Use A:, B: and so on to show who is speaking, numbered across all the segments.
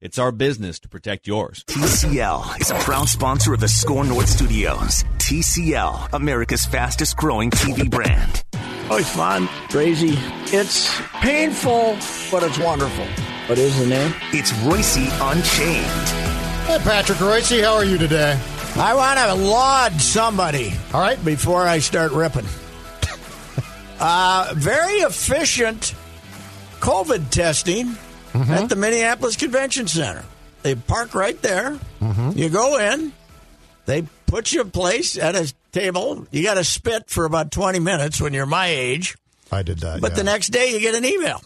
A: it's our business to protect yours.
B: TCL is a proud sponsor of the Score North Studios. TCL, America's fastest growing TV brand.
C: Oh, it's fun, crazy. It's painful, but it's wonderful. What is the name?
B: It's Royce Unchained.
D: Hey, Patrick Royce, how are you today?
C: I want to laud somebody, all right, before I start ripping. uh, very efficient COVID testing
D: Mm-hmm.
C: at the Minneapolis Convention Center. They park right there.
D: Mm-hmm.
C: You go in, they put you a place at a table. You got to spit for about 20 minutes when you're my age.
D: I did that.
C: But
D: yeah.
C: the next day you get an email.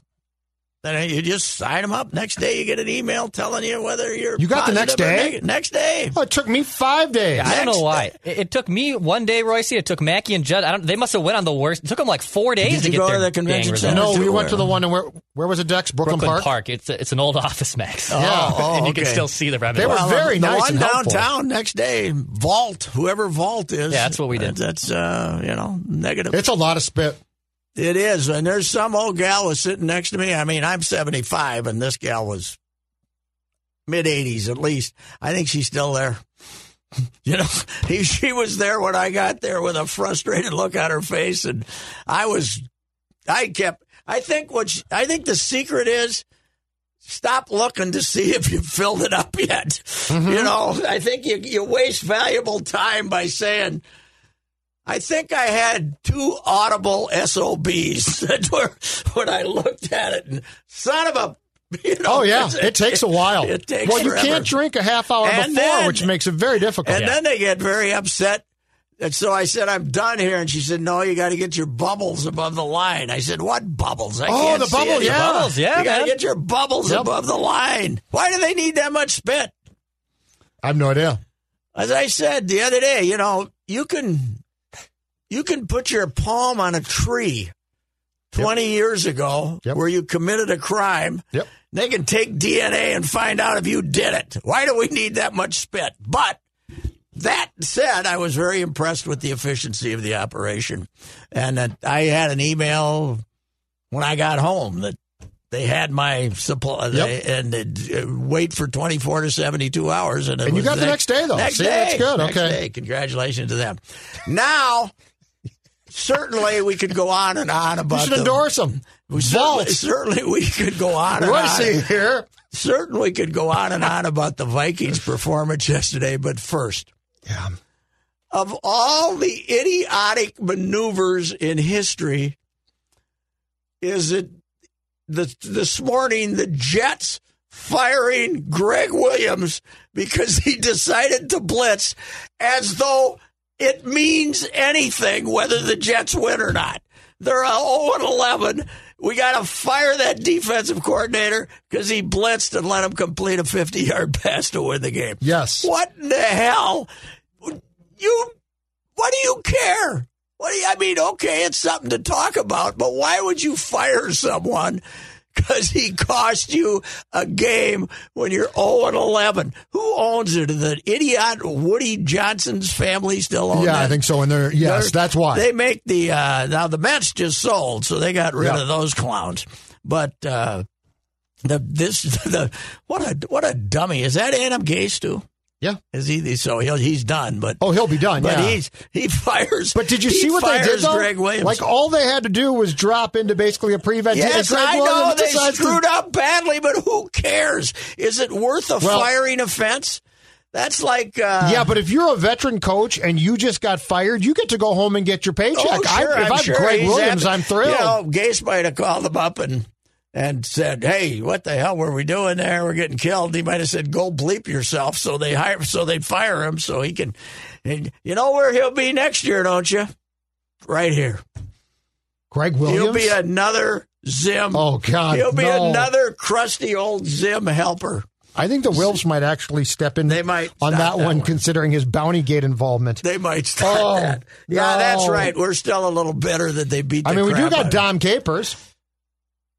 C: Then you just sign them up. Next day you get an email telling you whether you're
D: You got the next
C: positive or
D: day?
C: neg- next day.
D: Oh, it took me five days.
E: I don't know
C: Next.
E: why. It, it took me one day, Royce. It took Mackie and Judd. I don't. They must have went on the worst. It took them like four days
C: Did
E: to
C: you
E: get
C: go
E: their
C: to the
E: dang
C: convention
E: results.
C: center?
D: no, we
C: Everywhere.
D: went to the one and where where was it, Dex? Brooklyn,
E: Brooklyn Park. It's a, it's an old office max.
C: Oh, oh,
E: and you can
C: okay.
E: still see the remnants.
D: They were
C: Well,
D: very
C: the
D: nice
C: one
D: and helpful.
C: downtown next day, vault, whoever vault is.
E: Yeah, that's what we did.
C: That's, uh, you know, negative.
D: It's a lot of spit.
C: It is. And there's some old gal was sitting next to me. I mean, I'm 75, and this gal was mid 80s at least. I think she's still there. You know, he, she was there when I got there with a frustrated look on her face, and I was, I kept. I think what she, I think the secret is stop looking to see if you filled it up yet.
D: Mm-hmm.
C: You know, I think you you waste valuable time by saying I think I had two audible SOBs that were when I looked at it. And son of a. You know,
D: Oh yeah,
C: it's-
D: it takes a while.
C: It takes
D: well, you
C: forever.
D: can't drink a half hour
C: And
D: before,
C: then-
D: which makes it very difficult.
C: And then they get very upset. And so I said, I'm done here. And she said, No, you got to get your bubbles above the line. I said, What bubbles? I
D: Oh,
C: can't
D: the
C: see
D: bubble,
C: any
D: yeah.
E: Bubbles, yeah,
C: You got to
E: man.
C: get your bubbles
D: Yep.
C: above the line. Why do they need that much spit?
D: I have no idea.
C: as I said the other day, you know, you can you can put your palm on a tree twenty years ago
D: Yep.
C: where you committed a crime.
D: Yep.
C: They can take DNA and find out if you did it. Why do we need that much spit? But that said, I was very impressed with the efficiency of the operation, and that I had an email when I got home that they had my supply
D: Yep.
C: they, and they'd, uh, wait for twenty four to seventy two hours, and it
D: And you
C: was
D: got the next day, though.
C: Next
D: See,
C: day,
D: that's good.
C: Next
D: Okay.
C: day. congratulations to them. Now, certainly we could go on and on
D: You
C: about.
D: should
C: them.
D: endorse them.
C: We certainly,
D: Vault.
C: certainly we could go on and
D: Royce
C: on.
D: here.
C: Certainly could go on and on about the Vikings' performance yesterday. But first,
D: Yeah.
C: of all the idiotic maneuvers in history, is it the this morning the Jets firing Greg Williams because he decided to blitz as though it means anything whether the Jets win or not. They're 0 11. We got to fire that defensive coordinator because he blitzed and let him complete a 50 yard pass to win the game.
D: Yes.
C: What in the hell? You, what do you care? What do you, I mean, okay, it's something to talk about, but why would you fire someone because he cost you a game when you're 0 and 11. Who owns it? The idiot Woody Johnson's family still owns
D: yeah, I think so. And Oh, they're yes, that's why.
C: They make the uh, now the Mets just sold, so they got rid
D: Yeah.
C: of those clowns. But uh, the this the what a what a dummy is that Adam Gase too?
D: yeah.
C: Is he so he'll, he's done? But
D: Oh, he'll be done.
C: but
D: yeah.
C: he's he fires.
D: But did you
C: he
D: see what they did
C: fires
D: though?
C: Greg Williams.
D: Like all they had to do was drop into basically a prevent.
C: Yes,
D: and Greg
C: I
D: Williams
C: know they
D: decides to-
C: screwed up badly, but who cares? Is it worth a
D: Well-
C: firing offense? That's like uh,
D: yeah, but if you're a veteran coach and you just got fired, you get to go home and get your paycheck.
C: Oh, sure,
D: I, if
C: I'm,
D: I'm,
C: sure
D: Greg
C: he's
D: Williams,
C: happy.
D: I'm thrilled.
C: You know, Gase might have called him up and and said, "Hey, what the hell were we doing there? We're getting killed." He might have said, "Go bleep yourself," so they hire, so they fire him, so he can. And you know where he'll be next year, don't you? Right here.
D: Greg Williams.
C: He'll be another Zim.
D: Oh, God,
C: He'll be
D: no.
C: another crusty old Zim helper.
D: I think the Wilfs might actually step in.
C: They might stop
D: on that,
C: that
D: one,
C: one.
D: considering his bounty gate involvement.
C: They might start
D: Oh,
C: that. Yeah, that's
D: no.
C: right. We're still a little bitter that they beat.
D: I
C: the
D: mean, we do
C: crap out
D: got
C: of-
D: Dom Capers.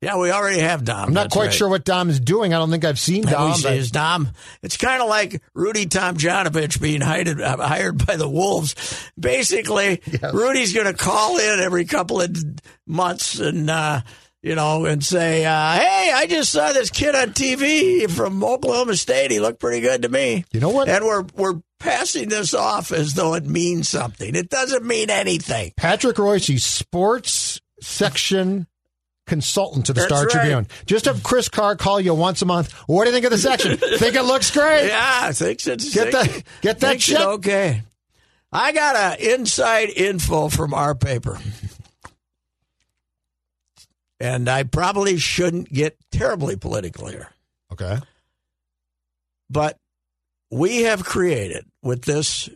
C: Yeah, we already have Dom.
D: I'm not
C: That's
D: quite
C: right.
D: sure what Dom is doing. I don't think I've seen
C: That
D: Dom.
C: we
D: but-
C: see is Dom. It's kind of like Rudy Tomjanovich being hired, uh, hired by the Wolves. Basically, Rudy's going to call in every couple of months and, uh, you know, and say, uh, hey, I just saw this kid on TV from Oklahoma State. He looked pretty good to me.
D: You know what?
C: And we're, we're passing this off as though it means something. It doesn't mean anything.
D: Patrick Royce, sports section consultant to the
C: That's
D: Star
C: right.
D: Tribune. Just have Chris Carr call you once a month. What do you think of the section? think it looks great.
C: Yeah, I think it's
D: Get that- get that
C: thinks it
D: check.
C: Okay, I got a inside info from our paper, and I probably shouldn't get terribly political here,
D: Okay.
C: but we have created with this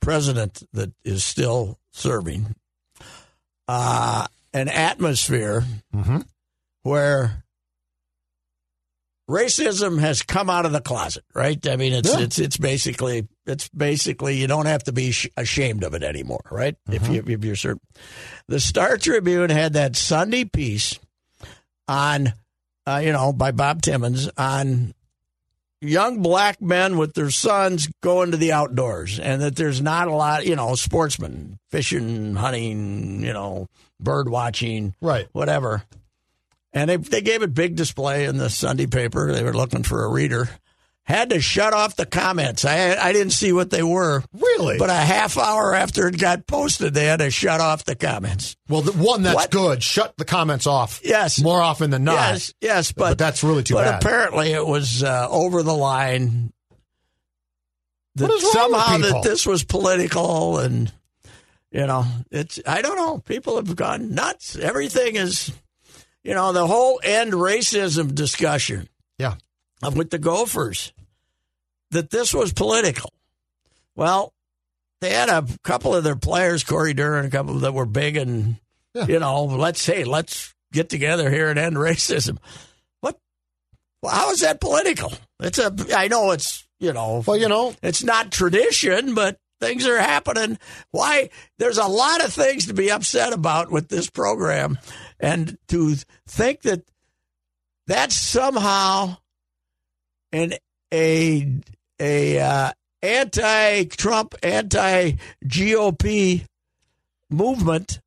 C: president that is still serving uh, an atmosphere
D: Mhm.
C: where racism has come out of the closet, right? I mean, it's
D: Yeah.
C: it's it's basically it's basically you don't have to be sh- ashamed of it anymore, right? If you if you're certain. The Star Tribune had that Sunday piece on, uh, you know, by Bob Timmons on young black men with their sons going to the outdoors and that there's not a lot, you know, sportsmen, fishing, hunting, you know, bird watching,
D: Right.
C: whatever. And they, they gave it big display in the Sunday paper. They were looking for a reader. Had to shut off the comments. I I didn't see what they were.
D: Really?
C: But a half hour after it got posted, they had to shut off the comments.
D: Well, the one that's
C: What?
D: good. Shut the comments off.
C: Yes.
D: More often than not.
C: Yes, yes, but,
D: But that's really too
C: but
D: bad.
C: apparently, it was uh, over the line. That
D: What is wrong with
C: somehow
D: people?
C: that this was political, and you know, it's I don't know. People have gone nuts. Everything is, you know, the whole end racism discussion
D: Yeah.
C: of- with the Gophers. That this was political. Well, they had a couple of their players, Corey Durr, and a couple that were big and
D: Yeah.
C: you know, let's hey, let's get together here and end racism. What? Well, how is that political? It's a. I know it's you know.
D: Well, you know,
C: it's not tradition, but things are happening. Why? There's a lot of things to be upset about with this program, and to think that that's somehow an a a uh, anti-Trump, anti-GOP movement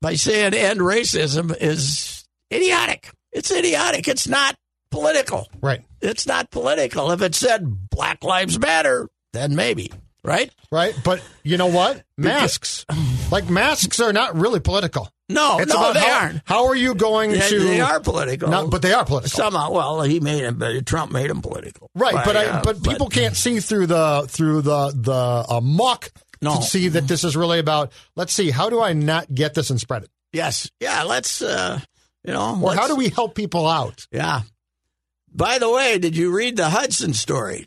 C: by saying end racism is idiotic. It's idiotic. It's not political.
D: right.
C: It's not political. If it said Black Lives Matter, then maybe, right?
D: Right. But you know what? Masks. like masks are not really political.
C: No,
D: It's
C: Oh, no,
D: about
C: they
D: how,
C: aren't.
D: How are you going
C: They,
D: to
C: they are political.
D: No, but they are political.
C: somehow. Well, he made him, but Trump made him political.
D: Right, but I,
C: uh,
D: but people can't see through the through the the uh, muck
C: No.
D: to see that this is really about. Let's see, how do I not get this and spread it,
C: Yes, yeah. Let's, uh, you know,
D: or how
C: let's-
D: do we help people out?
C: Yeah. By the way, did you read the Hudson story?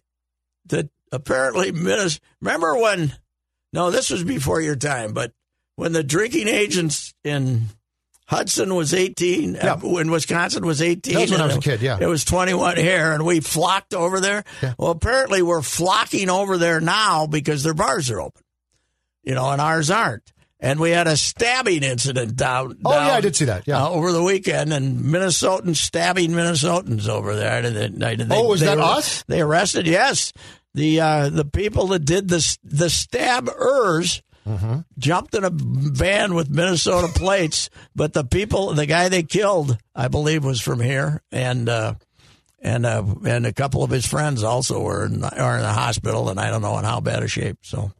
C: That apparently, Minnes- remember when? No, this was before your time, but when the drinking age in, in Hudson was eighteen,
D: Yeah.
C: uh, when Wisconsin was eighteen,
D: That was when I
C: and
D: was a kid, yeah.
C: it was twenty-one here, and we flocked over there.
D: Yeah.
C: Well, apparently, we're flocking over there now because their bars are open you know, and ours aren't. and we had a stabbing incident down.
D: Oh, yeah,
C: down,
D: I did see that, yeah.
C: uh, over the weekend, and Minnesotans stabbing Minnesotans over there. Did they, did they,
D: Oh, was
C: they
D: that
C: were-
D: us?
C: They arrested. Yes, the uh, the people that did the the stabbers
D: Mm-hmm.
C: jumped in a van with Minnesota plates, but the people, the guy they killed, I believe, was from here, and uh, and uh, and a couple of his friends also were in, are in the hospital, and I don't know in how bad a shape. So,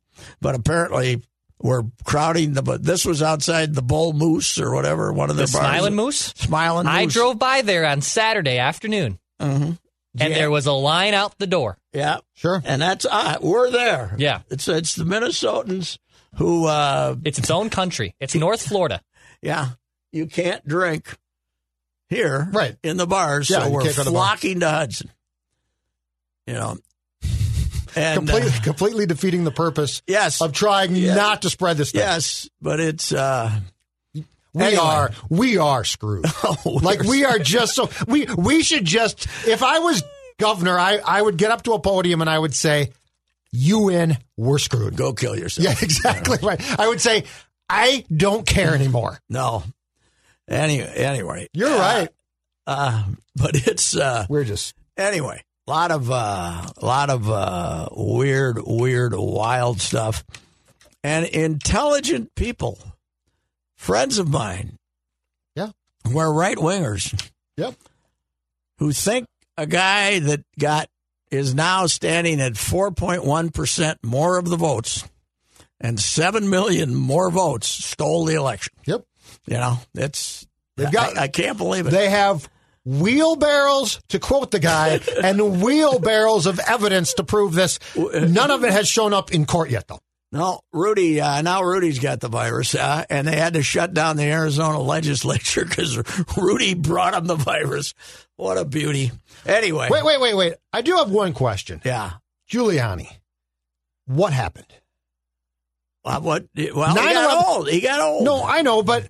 C: but apparently. We're crowding the, but this was outside the Bull Moose or whatever, one of the,
E: The
C: bars.
E: Smiling Moose?
C: Smiling Moose. Mm-hmm.
E: I drove by there on Saturday afternoon, and
C: Yeah.
E: there was a line out the door.
C: Yeah,
D: Sure.
C: and that's uh, we're there.
E: Yeah.
C: it's it's the Minnesotans who, uh,
E: It's its own country. It's North Florida.
C: yeah, you can't drink here,
D: Right.
C: in the bars.
D: Yeah,
C: so
D: you
C: we're
D: can't go to the bar.
C: flocking to Hudson. You know, and uh,
D: completely, completely defeating the purpose
C: yes,
D: of trying
C: Yeah.
D: not to spread this thing.
C: yes, but it's uh,
D: we
C: anyway.
D: are we are screwed.
C: Oh,
D: like we are just so we we should just if I was governor, I I would get up to a podium and I would say, "You win, we're screwed."
C: go kill yourself.
D: Yeah, exactly right. I would say, "I don't care anymore."
C: No, anyway, anyway,
D: You're right.
C: uh, but it's uh,
D: We're just
C: anyway, a lot of uh, a lot of uh, weird, weird, wild stuff, and intelligent people, friends of mine,
D: Yeah.
C: were right wingers
D: yep.
C: who think a guy that got is now standing at four point one percent more of the votes and seven million more votes stole the election.
D: Yep.
C: You know, it's
D: They've got-
C: I, I can't believe it.
D: They have wheelbarrows to quote the guy and wheelbarrows of evidence to prove this. None of it has shown up in court yet though.
C: No, Rudy. Uh, now Rudy's got the virus, uh, and they had to shut down the Arizona legislature because Rudy brought him the virus. What a beauty! Anyway,
D: Wait, wait, wait, wait. I do have one question.
C: yeah.
D: Giuliani, what happened?
C: Uh, what? Well, he
D: 9/11
C: got old. He got old.
D: No, I know, but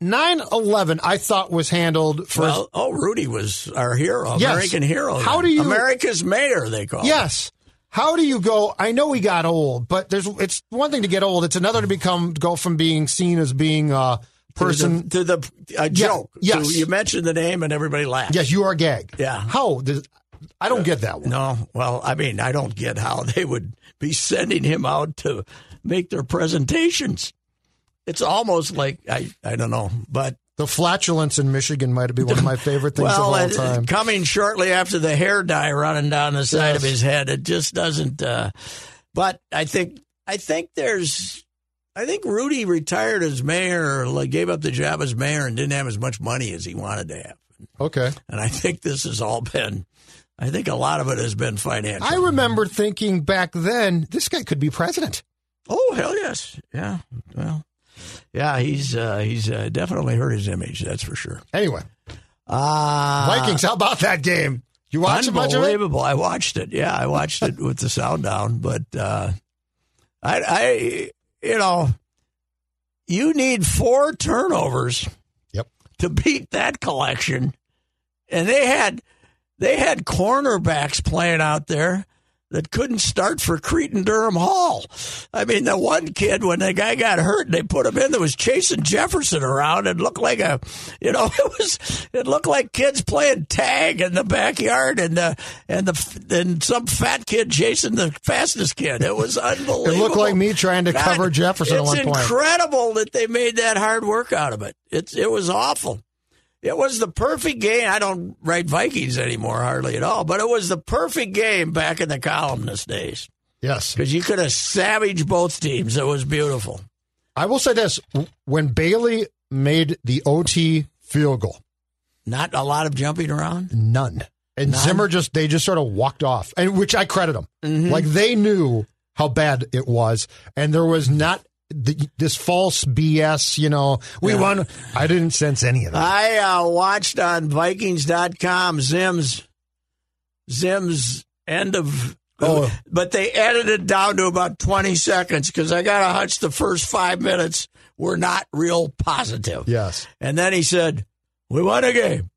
D: 9 11, I thought was handled for.
C: Well, oh, Rudy was our hero,
D: Yes.
C: American hero.
D: How do you-
C: America's mayor? They call. him.
D: yes. How do you go? I know he got old, but there's it's one thing to get old. It's another to become go from being seen as being a person.
C: to the, to the a joke.
D: yes.
C: So you mentioned the name, and everybody laughed.
D: yes, you are gagged.
C: Yeah.
D: How? Does, I don't get that one.
C: No, well, I mean, I don't get how they would be sending him out to make their presentations. It's almost like I, I don't know, but
D: The flatulence in Michigan might be one of my favorite things
C: well,
D: of all
C: it-
D: time.
C: coming shortly after the hair dye running down the side of
D: Yes.
C: his head, it just doesn't. Uh, but I think, I think there's, I think Rudy retired as mayor, like gave up the job as mayor, and didn't have as much money as he wanted to have.
D: Okay.
C: And I think this has all been, I think a lot of it has been financial.
D: I remember thinking back then, this guy could be president.
C: Oh hell yes, yeah. Well, yeah, he's uh, he's uh, definitely hurt his image. That's for sure.
D: Anyway,
C: Uh,
D: Vikings, how about that game? You watch much of it?
C: unbelievable. I watched it. Yeah, I watched it with the sound down. But uh, I, I, you know, you need four turnovers.
D: Yep.
C: To beat that collection, and they had they had cornerbacks playing out there that couldn't start for Creighton Durham Hall. I mean, the one kid when the guy got hurt, they put him in that was chasing Jefferson around and looked like a, you know, it was it looked like kids playing tag in the backyard and the and the and some fat kid chasing the fastest kid. It was unbelievable.
D: like me trying to cover Jefferson at
C: It's
D: one point.
C: incredible that they made that hard work out of it. It's it was awful. It was the perfect game. I don't write Vikings anymore hardly at all, but it was the perfect game back in the columnist days
D: Yes.
C: because you could have savaged both teams. It was beautiful.
D: I will say this: when Bailey made the OT field goal,
C: Not a lot of jumping around.
D: none, and
C: None?
D: Zimmer just they just sort of walked off, and which I credit them.
C: Mm-hmm.
D: Like they knew how bad it was, and there was not the, this false BS. You know, we
C: Yeah.
D: won. I didn't sense any of that.
C: I uh, watched on Vikings.com Zim's Zim's end of.
D: Oh.
C: But they edited it down to about 20 seconds because I got a hunch the first five minutes were not real positive.
D: yes,
C: And then he said, "We won a game,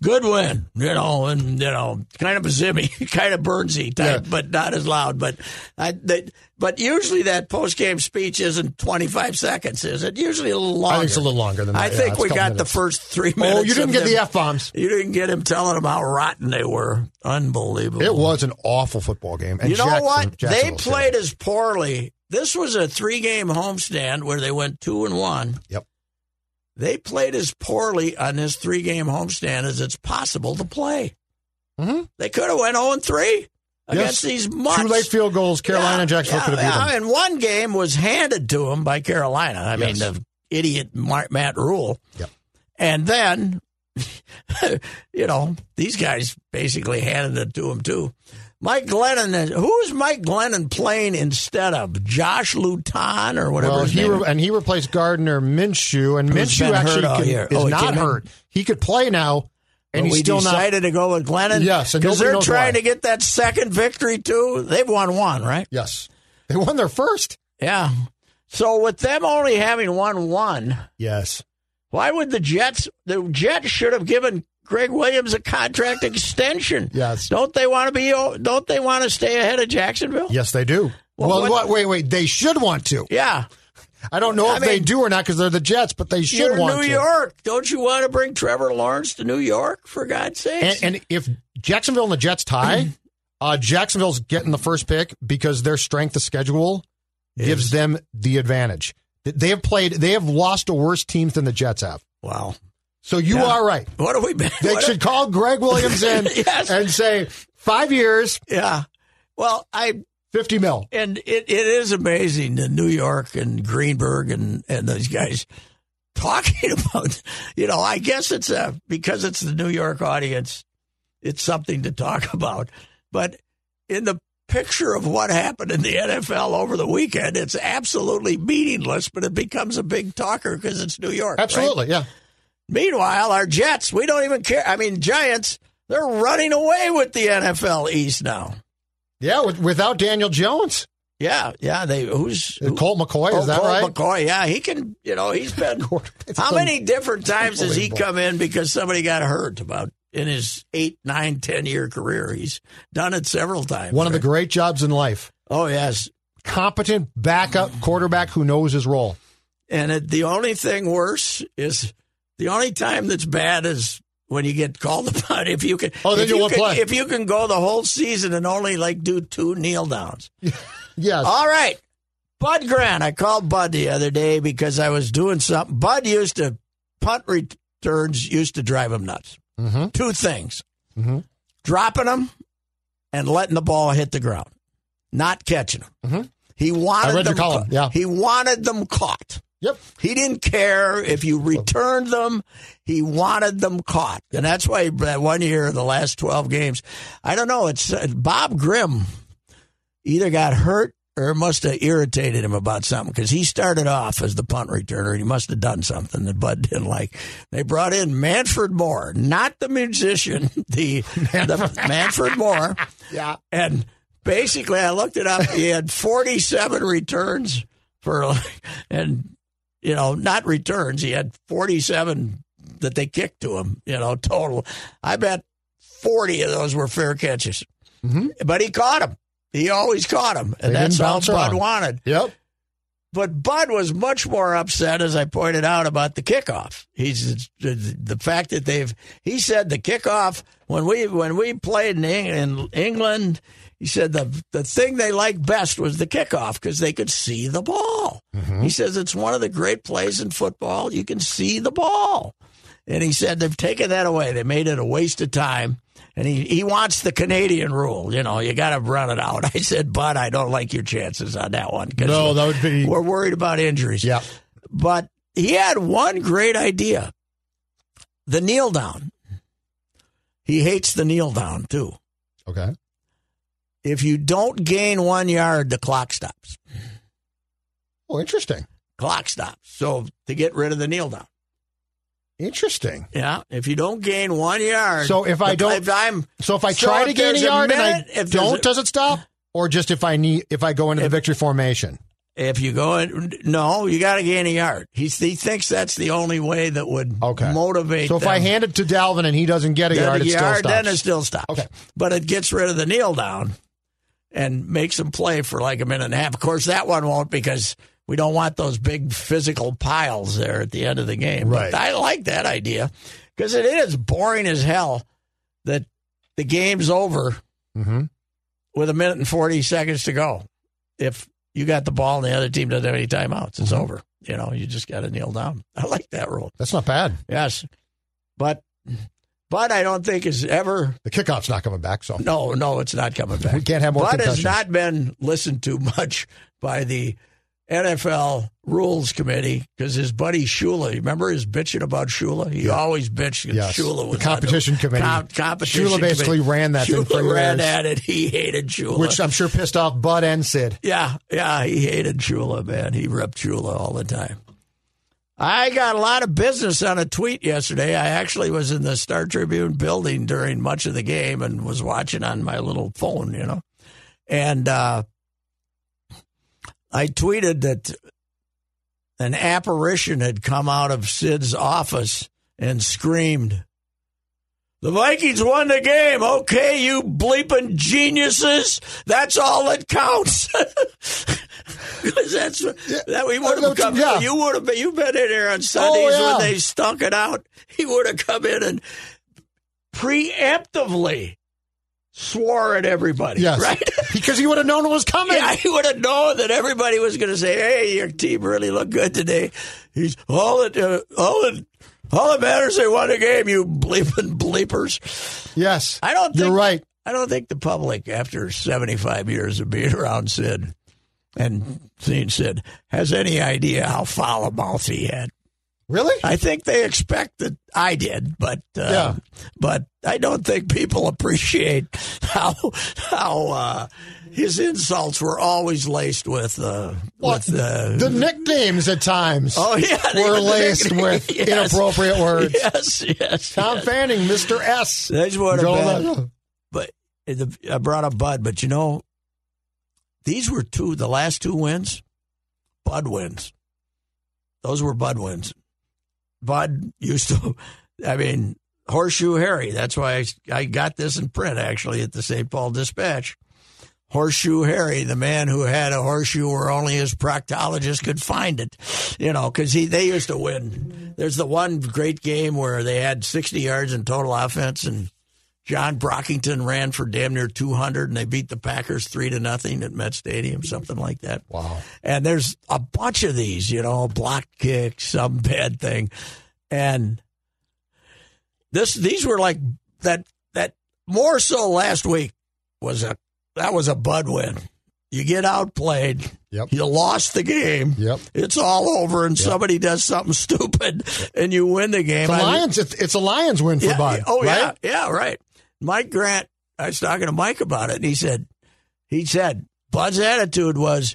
C: good win, you know, and you know, kind of a zimmy, kind of Burnsy type, but not as loud." But I, they, But usually that post game speech isn't 25 seconds, is it? Usually a little longer.
D: I think it's a little longer than that.
C: I
D: Yeah,
C: think
D: it's a
C: we
D: couple
C: got the
D: minutes.
C: first three
D: Oh,
C: minutes.
D: you didn't
C: of
D: get the
C: them-
D: F-bombs.
C: You didn't get him telling them how rotten they were. Unbelievable.
D: It was an awful football game. And
C: you know
D: Jackson-
C: what? They
D: Jacksonville State.
C: played as poorly. This was a three game homestand where they went two and one.
D: Yep.
C: They played as poorly on this three game homestand as it's possible to play.
D: Mhm.
C: They could have went 0 and 3 against these mutts.
D: Two late field goals. Carolina and Jacksonville could have beat them.
C: yeah, And one game was handed to him by Carolina. I mean,
D: Yes.
C: the idiot Mar- Matt Rule.
D: Yep.
C: And then, you know, these guys basically handed it to him, too. Mike Glennon, is- who is Mike Glennon playing instead of? Josh Luton or whatever
D: Well,
C: his
D: he
C: name
D: re-
C: is?
D: and he replaced Gardner Minshew, and
C: Who's
D: Minshew
C: been hurt
D: actually
C: all
D: can,
C: year.
D: is
C: Oh, he
D: not
C: came in?
D: hurt. He could play now, and
C: But
D: he's
C: we
D: still not.
C: decided to go with Glennon.
D: Yes, and
C: because
D: nobody
C: they're
D: knows
C: trying
D: why.
C: to get that second victory too. They've won one, right?
D: Yes, they won their first.
C: Yeah. So with them only having won one,
D: Yes,
C: Why would the Jets? The Jets should have given Greg Williams a contract extension.
D: Yes.
C: Don't they want to be? Don't they want to stay ahead of Jacksonville?
D: yes, they do.
C: Well,
D: Well,
C: what-
D: what- wait, wait. They should want to.
C: Yeah.
D: I don't know
C: I
D: if they
C: mean,
D: do or not because they're the Jets, but they should
C: You're
D: want
C: New
D: to.
C: York. Don't you want to bring Trevor Lawrence to New York for God's sake?
D: And, and if Jacksonville and the Jets tie, uh, Jacksonville's getting the first pick because their strength of schedule gives them the advantage. Th- They have played. They have lost to worse teams than the Jets have.
C: wow.
D: So you
C: Yeah.
D: are right.
C: What have we been?
D: They
C: what-
D: should call Greg Williams in
C: Yes.
D: and say five years,
C: yeah. Well, I
D: fifty mil.
C: and it, it is amazing that New York and Greenberg and, and those guys talking about you know, I guess it's a because it's the New York audience, it's something to talk about. But in the picture of what happened in the NFL over the weekend, it's absolutely meaningless, but it becomes a big talker because it's New York. right?
D: Absolutely, yeah.
C: Meanwhile, our Jets, we don't even care. I mean, Giants, they're running away with the NFL East now.
D: Yeah, with, without Daniel Jones. Uh,
C: Yeah, yeah. They who's who-
D: Colt McCoy, is
C: Oh,
D: that
C: Colt
D: right?
C: McCoy, yeah, he can. You know, he's been.
D: It's
C: how
D: un-
C: many different times has he
D: unbelievable.
C: come in because somebody got hurt? About in his eight, nine, ten year career, he's done it several times.
D: One of the
C: right?
D: great jobs in life.
C: oh yes,
D: Competent backup quarterback who knows his role.
C: and it, the only thing worse is the only time that's bad is. When you get called upon, if you can,
D: Oh, then
C: if
D: you
C: you
D: won't
C: can,
D: play.
C: if you can go the whole season and only like do two kneel downs,
D: Yes.
C: All right. Bud Grant. I called Bud the other day because I was doing something. Bud used to, punt returns used to drive him nuts.
D: Mhm.
C: Two things
D: Mhm.
C: dropping them and letting the ball hit the ground, not catching them.
D: Mhm.
C: He wanted
D: I read your
C: them
D: column,
C: caught.
D: yeah.
C: He wanted them caught.
D: Yep.
C: He didn't care if you returned them. He wanted them caught, and that's why that one year, the last twelve games, I don't know. It's uh, Bob Grimm either got hurt or must have irritated him about something because he started off as the punt returner. and He must have done something that Bud didn't like. They brought in Manfred Moore, not the musician, the, the Manfred Moore,
D: Yeah.
C: and basically I looked it up. He had forty-seven returns for, and you know, not returns. He had 47 that they kicked to him, you know, total. I bet 40 of those were fair catches. But he caught him. He always caught him. And
D: Mm-hmm. They
C: that's
D: didn't
C: all
D: bounce
C: Bud
D: around.
C: wanted.
D: Yep.
C: But Bud was much more upset, as I pointed out, about the kickoff. He's the, the fact that they've. He said the kickoff when we when we played in, Eng, in England. He said the the thing they liked best was the kickoff because they could see the ball.
D: Mm-hmm.
C: He says it's one of the great plays in football. You can see the ball, and he said they've taken that away. They made it a waste of time. And he, he wants the Canadian rule. You know, you got to run it out. I said, Bud, I don't like your chances on that one. 'cause
D: No, that would be.
C: we're worried about injuries.
D: Yeah.
C: But he had one great idea the kneel down. He hates the kneel down, too.
D: Okay.
C: If you don't gain one yard, the clock stops.
D: Oh, interesting.
C: Clock stops. So to get rid of the kneel down.
D: Interesting.
C: Yeah. If you don't gain one yard.
D: So if I
C: the-
D: don't-
C: If I'm,
D: So if I
C: So
D: try
C: if
D: to gain a
C: there's a
D: yard
C: minute,
D: and I
C: if there's
D: don't,
C: a-
D: does it stop? Or just if I need, if I go into
C: If-
D: the victory formation?
C: if you go in, no, you got to gain a yard. He's, he thinks that's the only way that would
D: Okay.
C: motivate
D: So if I
C: them.
D: hand it to Dalvin and he doesn't get a
C: Then
D: yard,
C: the
D: it still
C: yard,
D: stops.
C: Then it still stops.
D: Okay.
C: But it gets rid of the kneel down. and makes them play for like a minute and a half. Of course, that one won't because we don't want those big physical piles there at the end of the game.
D: Right.
C: But I like that idea because it is boring as hell that the game's over
D: Mm-hmm.
C: with a minute and 40 seconds to go. If you got the ball and the other team doesn't have any timeouts,
D: Mm-hmm.
C: it's over. You know, you just got to kneel down. I like that rule.
D: That's not bad.
C: Yes. But but I don't think it's ever
D: The kickoff's not coming back, so
C: no, no, it's not coming back.
D: we can't have more
C: but
D: concussions.
C: it's not been listened to much by the NFL Rules Committee because his buddy Shula, you remember his bitching about Shula? He always bitched that
D: Yes.
C: Shula was
D: The competition
C: on the-
D: committee.
C: Com- competition
D: Shula basically
C: committee.
D: ran that thing
C: Shula
D: for
C: ran
D: years.
C: at it. He hated Shula.
D: which I'm sure pissed off Bud and Sid.
C: Yeah, yeah, he hated Chula, man. He ripped Chula all the time. I got a lot of business on a tweet yesterday. I actually was in the Star Tribune building during much of the game and was watching on my little phone, you know. And uh, I tweeted that an apparition had come out of Sid's office and screamed, the Vikings won the game. Okay, you bleeping geniuses. That's all that counts. 'Cause that's that we would have come.
D: Yeah.
C: You would have been. You've been in here on Sundays
D: Oh, yeah.
C: when they stunk it out. He would have come in and preemptively swore at everybody.
D: Yes,
C: Right.
D: because he would have known it was coming.
C: Yeah, he would have known that everybody was going to say, "Hey, your team really looked good today." He's all that, uh, all that, all that matters. They won the game. You bleeping bleepers.
D: Yes,
C: I don't. Think,
D: You're right.
C: I don't think the public, after 75 years of being around Sid and seeing Sid, has any idea how foul a mouth he had.
D: Really?
C: I think they expect that I did, but uh, but I don't think people appreciate how how uh, his insults were always laced with uh,
D: What?
C: with uh,
D: the nicknames at times.
C: oh yeah they
D: were
C: the
D: laced
C: nickname.
D: with inappropriate words.
C: Yes, yes.
D: Tom
C: yes.
D: Fanning, Mr. S.
C: That's what
D: Joel
C: about-
D: Love.
C: but the, I brought up Bud, but you know, these were two the last two wins, Bud wins. Those were Bud wins. Bud used to, I mean, Horseshoe Harry. That's why I, I got this in print actually at the St. Paul Dispatch. Horseshoe Harry, the man who had a horseshoe where only his proctologist could find it, you know, because he they used to win. There's the one great game where they had 60 yards in total offense and John Brockington ran for damn near 200, and they beat the Packers three to nothing at Met Stadium, something like that.
D: Wow.
C: And there's a bunch of these, you know, block kicks, some bad thing, and this these were like that that more so last week was a that was a bud win. You get outplayed.
D: Yep.
C: You lost the game.
D: Yep.
C: It's all over, and somebody does something stupid, and you win the game.
D: The
C: I-
D: Lions. It's, it's a Lions win for
C: yeah,
D: Bud.
C: yeah, Oh
D: right?
C: yeah, yeah, right. Mike Grant, I was talking to Mike about it, and he said, he said Bud's attitude was,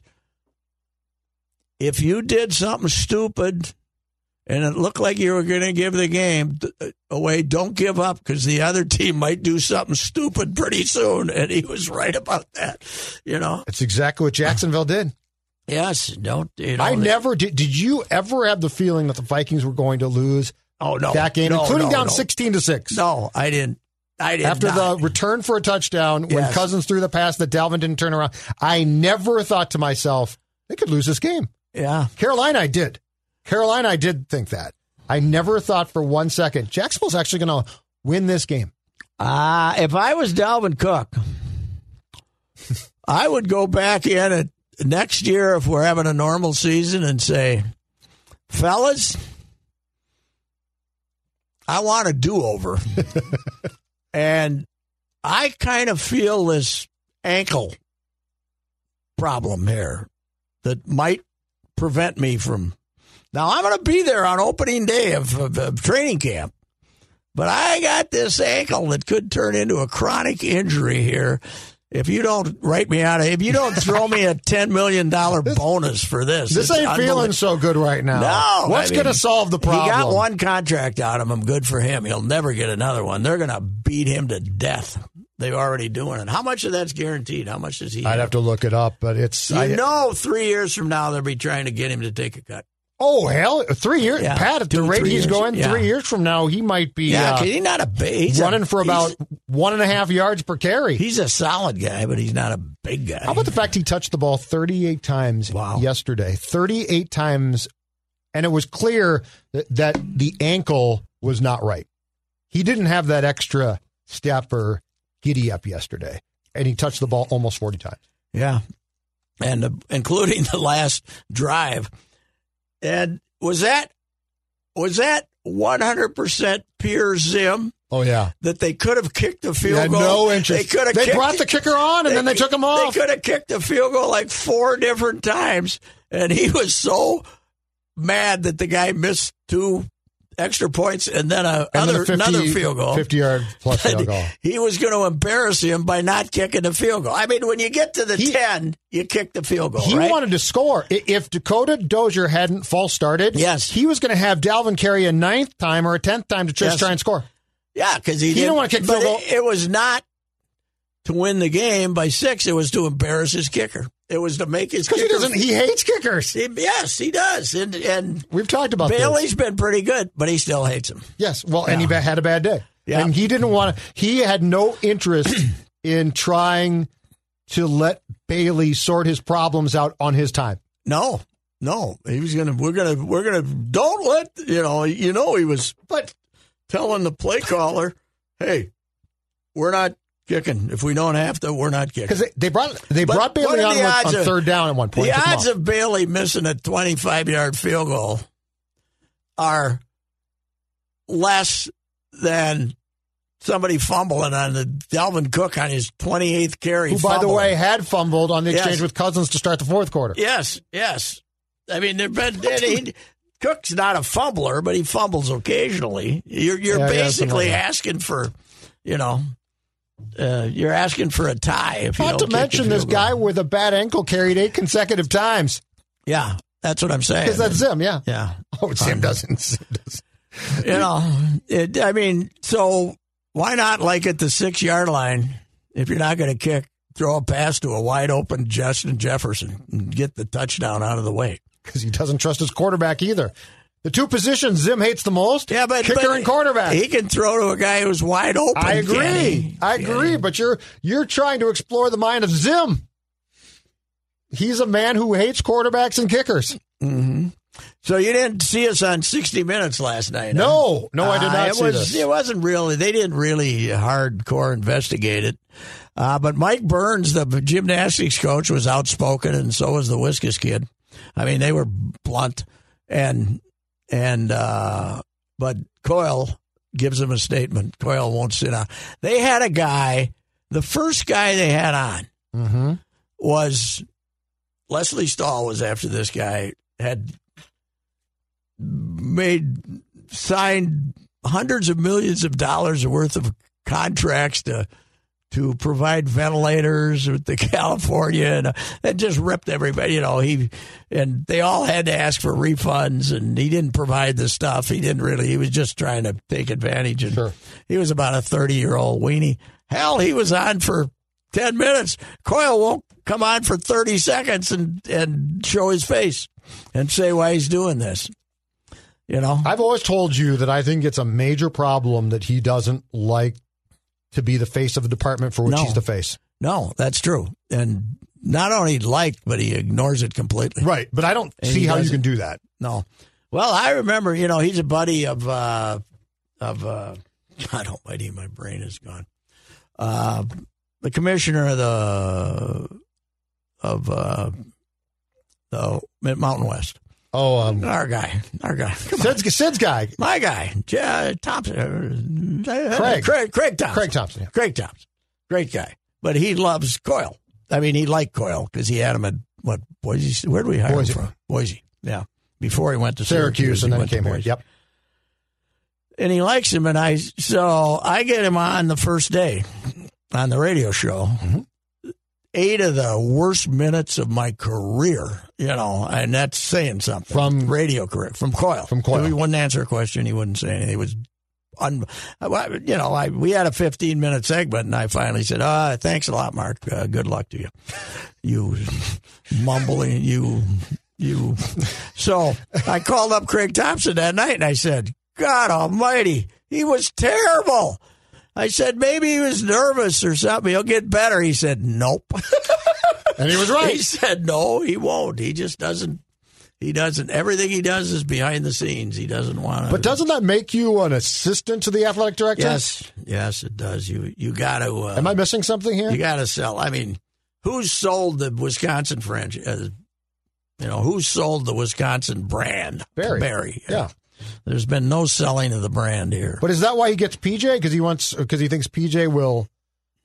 C: if you did something stupid, and it looked like you were going to give the game th- uh, away, don't give up because the other team might do something stupid pretty soon. And he was right about that, you know.
D: It's exactly what Jacksonville did.
C: Yes, don't. You know,
D: I
C: they-
D: never did. Did you ever have the feeling that the Vikings were going to lose
C: Oh no,
D: that game,
C: no,
D: including
C: no,
D: down
C: no.
D: sixteen to six?
C: No, I didn't. I did
D: After
C: not.
D: the return for a touchdown, when
C: Yes.
D: Cousins threw the pass that Dalvin didn't turn around, I never thought to myself they could lose this game.
C: yeah.
D: Carolina, I did. Carolina, I did think that. I never thought for one second Jacksonville's actually going to win this game.
C: Uh, if I was Dalvin Cook, I would go back in at next year if we're having a normal season and say, fellas, I want a do over. and I kind of feel this ankle problem here that might prevent me from. Now, I'm going to be there on opening day of, of, of training camp. But I got this ankle that could turn into a chronic injury here. If you don't write me out, of, if you don't throw me a ten million dollar bonus for this,
D: This
C: it's
D: ain't feeling
C: unbelievable.
D: so good right now.
C: No,
D: what's
C: I mean,
D: going to solve the problem?
C: He got one contract out of him. Good for him. He'll never get another one. They're going to beat him to death. They're already doing it. How much of that's guaranteed? How much does he?
D: I'd
C: have?
D: have to look it up, but it's
C: You
D: I,
C: know, three years from now, they'll be trying to get him to take a cut.
D: oh hell, three years.
C: Yeah,
D: Pat, at the
C: two,
D: rate
C: three
D: he's
C: years.
D: going,
C: Yeah.
D: three years from now he might be
C: Yeah,
D: uh,
C: 'cause he's not a big. He's a-
D: running for about
C: he's-
D: one and a half yards per carry.
C: He's, a solid guy, but he's not a big guy.
D: How about the fact he touched the ball 38 times
C: Wow.
D: yesterday? 38 times, and it was clear that, that the ankle was not right. He didn't have that extra step or giddy up yesterday, and he touched the ball almost 40 times.
C: Yeah, and uh, including the last drive. And was that was that one hundred percent pure Zim
D: Oh, yeah.
C: that they could have kicked the
D: He
C: field
D: had
C: goal?
D: no interest.
C: They could have
D: They
C: kicked,
D: brought the kicker on, and then they took him off.
C: They could have kicked the field goal like four different times, and he was so mad that the guy missed two extra points and then a
D: And then
C: other
D: a 50
C: another field goal.
D: 50 yard plus field goal.
C: He was going to embarrass him by not kicking the field goal. I mean, when you get to the
D: He-
C: ten, you kick the field goal.
D: He
C: right?
D: wanted to score. I- If Dakota Dozier hadn't false started,
C: Yes.
D: he was going to have Dalvin carry a ninth time or a tenth time to just
C: Yes.
D: try and score.
C: Yeah, because he,
D: didn't wanna kick
C: but
D: field goal.
C: It, it was not to win the game by six. It was to embarrass his kicker. It was to make his
D: Because
C: kicker.
D: he doesn't. He hates kickers.
C: He- yes, he does, and and
D: We've talked about this.
C: Bailey's been pretty good, but he still hates him.
D: Yes. Well, and he ba- had a bad day.
C: Yeah.
D: And he didn't want to. He had no interest in trying to let Bailey sort his problems out on his time.
C: No, no, he was gonna. We're gonna. We're gonna. Don't let you know. You know he was, but telling the play caller, hey, we're not kicking. If we don't have to, we're not kicking.
D: Because they, they brought they
C: But
D: brought
C: what
D: Bailey
C: are
D: on,
C: the
D: with-
C: odds
D: on
C: of-
D: third down at one point.
C: The
D: Took him
C: odds
D: off.
C: of Bailey missing a 25 yard field goal are less than somebody fumbling on the Delvin Cook on his 28th carry.
D: who, by the
C: fumbling.
D: way, had fumbled on the
C: Yes.
D: exchange with Cousins to start the fourth quarter.
C: Yes, yes. I mean, there've been and he, Cook's not a fumbler, but he fumbles occasionally. You're you're
D: Yeah, yeah,
C: basically
D: something like that.
C: asking for, you know, uh, you're asking for a tie. If you
D: Not to
C: don't kick the
D: mention this
C: field goal.
D: guy with a bad ankle carried eight consecutive times.
C: Yeah, that's what I'm saying.
D: Because that's Zim, yeah.
C: yeah.
D: Oh, Zim doesn't. Zim doesn't.
C: you know, it, I mean, so why not like at the six yard line if you're not going to kick, throw a pass to a wide open Justin Jefferson and get the touchdown out of the way?
D: Because he doesn't trust his quarterback either. The two positions Zim hates the most,
C: Yeah, but
D: kicker
C: but
D: and quarterback.
C: he can throw to a guy who's wide open.
D: I
C: can't
D: agree.
C: he?
D: I agree. But you're you're trying to explore the mind of Zim. He's a man who hates quarterbacks and kickers.
C: Mm-hmm. So you didn't see us on 60 Minutes last night? huh?
D: No, no, I did
C: Uh,
D: not
C: it
D: see
C: was,
D: this.
C: It wasn't really. They didn't really hardcore investigate it. Uh, but Mike Burns, the gymnastics coach, was outspoken, and so was the Whiskas kid. I mean, they were blunt, and and uh, but Coyle gives him a statement. Coyle won't sit on. They had a guy. The first guy they had on
D: Mm-hmm.
C: was Leslie Stahl was after this guy had made signed hundreds of millions of dollars worth of contracts to to provide ventilators with the California and, and just ripped everybody. You know he and they all had to ask for refunds and he didn't provide the stuff. He didn't really. He was just trying to take advantage. And
D: Sure.
C: he was about a thirty year old weenie. Hell, he was on for 10 minutes. Coyle won't come on for 30 seconds and, and show his face and say why he's doing this. You know?
D: I've always told you that I think it's a major problem that he doesn't like to be the face of a department for which
C: No.
D: he's the face.
C: No, that's true. And not only like, but he ignores it completely.
D: Right. But I don't
C: And
D: see
C: he
D: how you
C: doesn't.
D: can do that.
C: No. Well, I remember, you know, he's a buddy of, uh, of, uh, God almighty, my brain is gone. Uh, the commissioner of the, of, uh, the Mountain West.
D: Oh, um,
C: Our guy, our guy. Come on.
D: Sid's, Sid's guy,
C: My guy, Ja- Thompson, uh,
D: Craig.
C: Craig, Craig Thompson,
D: Craig Thompson. yeah.
C: Craig Thompson, great guy. But he loves Coyle. I mean, he liked Coyle because he had him at what Boise? Where did we hire
D: Boise.
C: him from? Boise. Yeah, before he went to
D: Syracuse, and
C: he
D: then he
C: went to
D: came here.
C: Boise.
D: Yep.
C: and he likes him. And I so I get him on the first day on the radio show. Eight of the worst minutes of my career, you know, and that's saying something
D: From-
C: radio career from Coyle.
D: From Coyle.
C: he wouldn't answer a question. He wouldn't say anything. He was. Un, well, you know, I we had a 15 minute segment, and I finally said, "Ah, thanks a lot, Mark. Uh, good luck to you." You mumbling, you you. So I called up Craig Thompson that night and I said, God almighty, he was terrible. I said, maybe he was nervous or something. He'll get better. He said, nope.
D: And he was
C: He
D: right.
C: said, no, he won't. He just doesn't. He doesn't. Everything he does is behind the scenes. He doesn't want to.
D: But doesn't that make you an assistant to the athletic director?
C: Yes, yes, it does. You you got to. Uh,
D: Am I missing something here?
C: You got to sell. I mean, who sold the Wisconsin franchise? You know, who sold the Wisconsin brand?
D: Barry.
C: Barry.
D: Yeah.
C: There's been no selling of the brand here.
D: But is that why he gets PJ? Because he wants because he thinks PJ will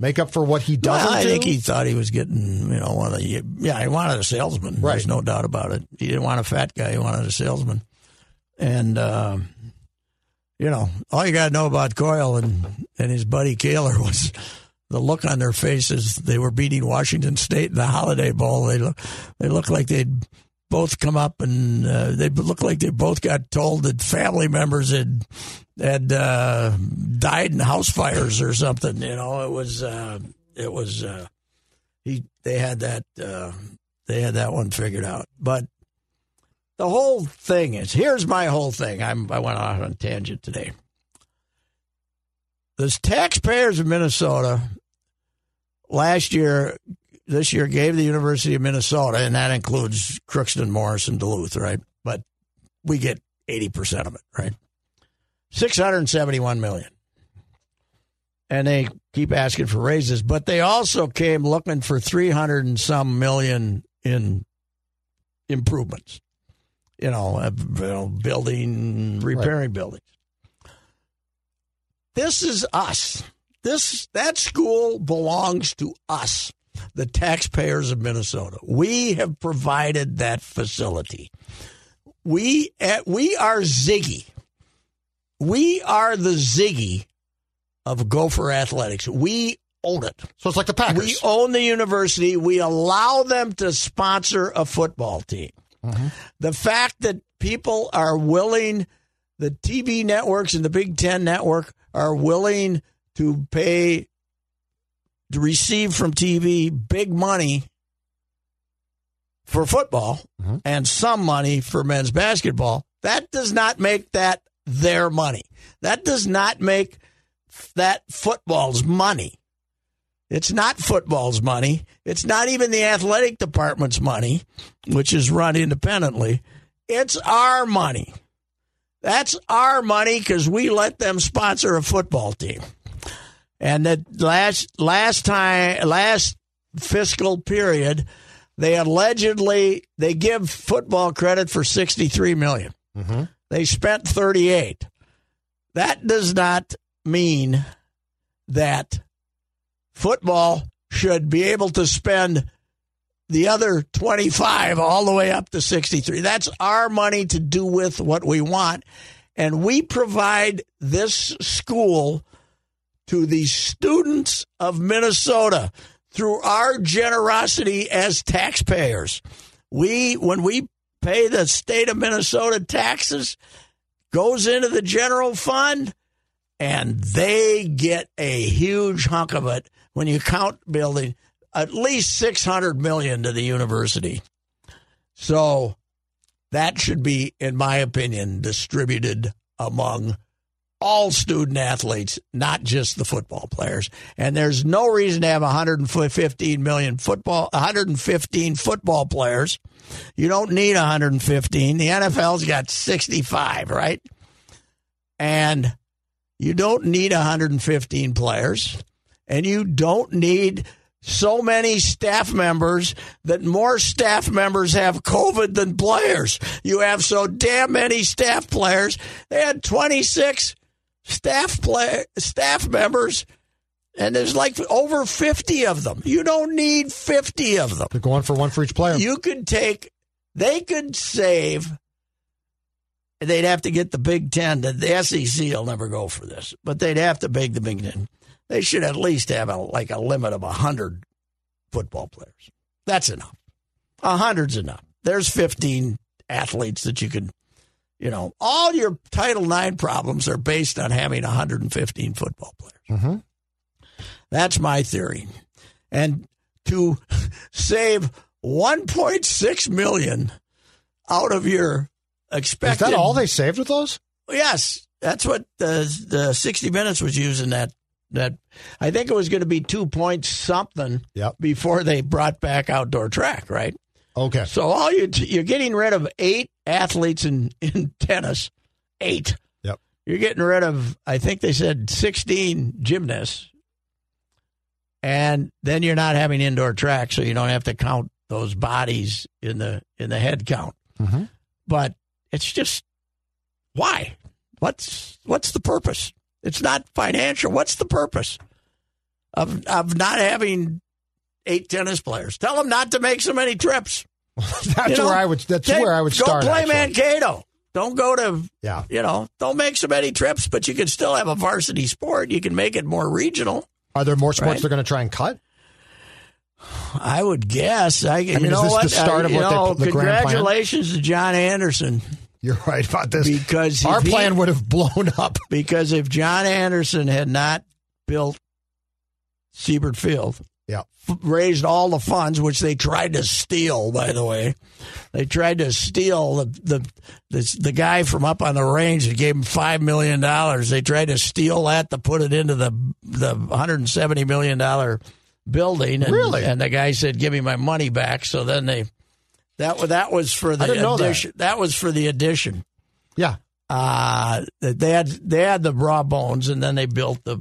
D: make up for what he doesn't.
C: Well, I
D: do?
C: think he thought he was getting, you know, one of the, yeah, he wanted a salesman.
D: Right.
C: There's no doubt about it. He didn't want a fat guy. He wanted a salesman. And, um, you know, all you got to know about Coyle and, and his buddy Kaler was the look on their faces. They were beating Washington State in the Holiday Bowl. They look, they looked like they'd both come up and uh, they looked like they both got told that family members had had uh, died in house fires or something. You know, it was uh, it was uh, he they had that uh, they had that one figured out. But the whole thing is here's my whole thing. I'm I went out on a tangent today. The taxpayers of Minnesota last year, this year gave the University of Minnesota, and that includes Crookston, Morris, and Duluth, right? But we get eighty percent of it, right? Six hundred and seventy-one million and they keep asking for raises, but they also came looking for 300 and some million in improvements, you know, uh, you know, building, repairing buildings. This is us. This that school belongs to us, the taxpayers of Minnesota. We have provided that facility. We at, we are Ziggy. We are the Ziggy of Gopher Athletics. We own it.
D: so it's like the Packers.
C: We own the university. We allow them to sponsor a football team. The fact that people are willing, the TV networks and the Big Ten network are willing to pay, to receive from TV big money for football and some money for men's basketball, that does not make that their money. That does not make that football's money. It's not football's money. It's not even the athletic department's money, which is run independently. It's our money. That's our money because we let them sponsor a football team. And that last last time last fiscal period, they allegedly they give football credit for sixty three They spent thirty eight. That does not mean that football should be able to spend the other 25 all the way up to 63. That's our money to do with what we want. And we provide this school to the students of Minnesota through our generosity as taxpayers. We, when we pay the state of Minnesota taxes, goes into the general fund and they get a huge hunk of it when you count building at least 600 million to the university so that should be in my opinion distributed among all student athletes not just the football players and there's no reason to have 115 million football 115 football players you don't need 115 the NFL's got 65 right and you don't need 115 players, and you don't need so many staff members that more staff members have COVID than players. You have so damn many staff players. They had 26 staff play, staff members, and there's like over 50 of them. You don't need 50 of them.
D: They're going for one for each player.
C: You could take, they could save. They'd have to get the Big Ten. The, the SEC will never go for this, but they'd have to beg the Big Ten. They should at least have a, like a limit of 100 football players. That's enough. A hundred's enough. There's 15 athletes that you could, you know, all your Title IX problems are based on having 115 football players.
D: Mm-hmm.
C: That's my theory. And to save 1.6 million out of your
D: Is
C: expected
D: that all they saved with those?
C: Yes, that's what the, the 60 minutes was using that that I think it was going to be two points something
D: Yep.
C: before they brought back outdoor track, right?
D: Okay.
C: So all you you're getting rid of eight athletes in in tennis, eight.
D: Yep.
C: You're getting rid of I think they said 16 gymnasts, and then you're not having indoor track, so you don't have to count those bodies in the in the head count.
D: Mhm.
C: But it's just why? What's what's the purpose? It's not financial. What's the purpose of of not having eight tennis players? Tell them not to make so many trips.
D: That's
C: You know,
D: where I would. That's
C: Take-
D: where I would start.
C: Go play
D: actually.
C: Mankato. Don't go to
D: Yeah.
C: you know. Don't make so many trips, but you can still have a varsity sport. You can make it more regional.
D: Are there more sports
C: Right.
D: they're going to try and cut?
C: I would guess. I, you
D: mean, is
C: know
D: this the
C: what?
D: start of
C: I, you
D: what they-
C: know,
D: the grand plan?
C: congratulations to John Anderson
D: You're right about this.
C: because
D: Our
C: if he-
D: plan would have blown up.
C: because if John Anderson had not built Siebert Field,
D: Yeah.
C: f- raised all the funds, which they tried to steal, by the way. They tried to steal the the the, the guy from up on the range that gave him five million dollars. They tried to steal that to put it into the the hundred and seventy million dollar building. And,
D: Really?
C: And the guy said, "Give me my money back." So then they that wa- that was for the
D: didn't know that.
C: addition. that was for the addition
D: Yeah.
C: uh, they had they had the raw bones, and then they built the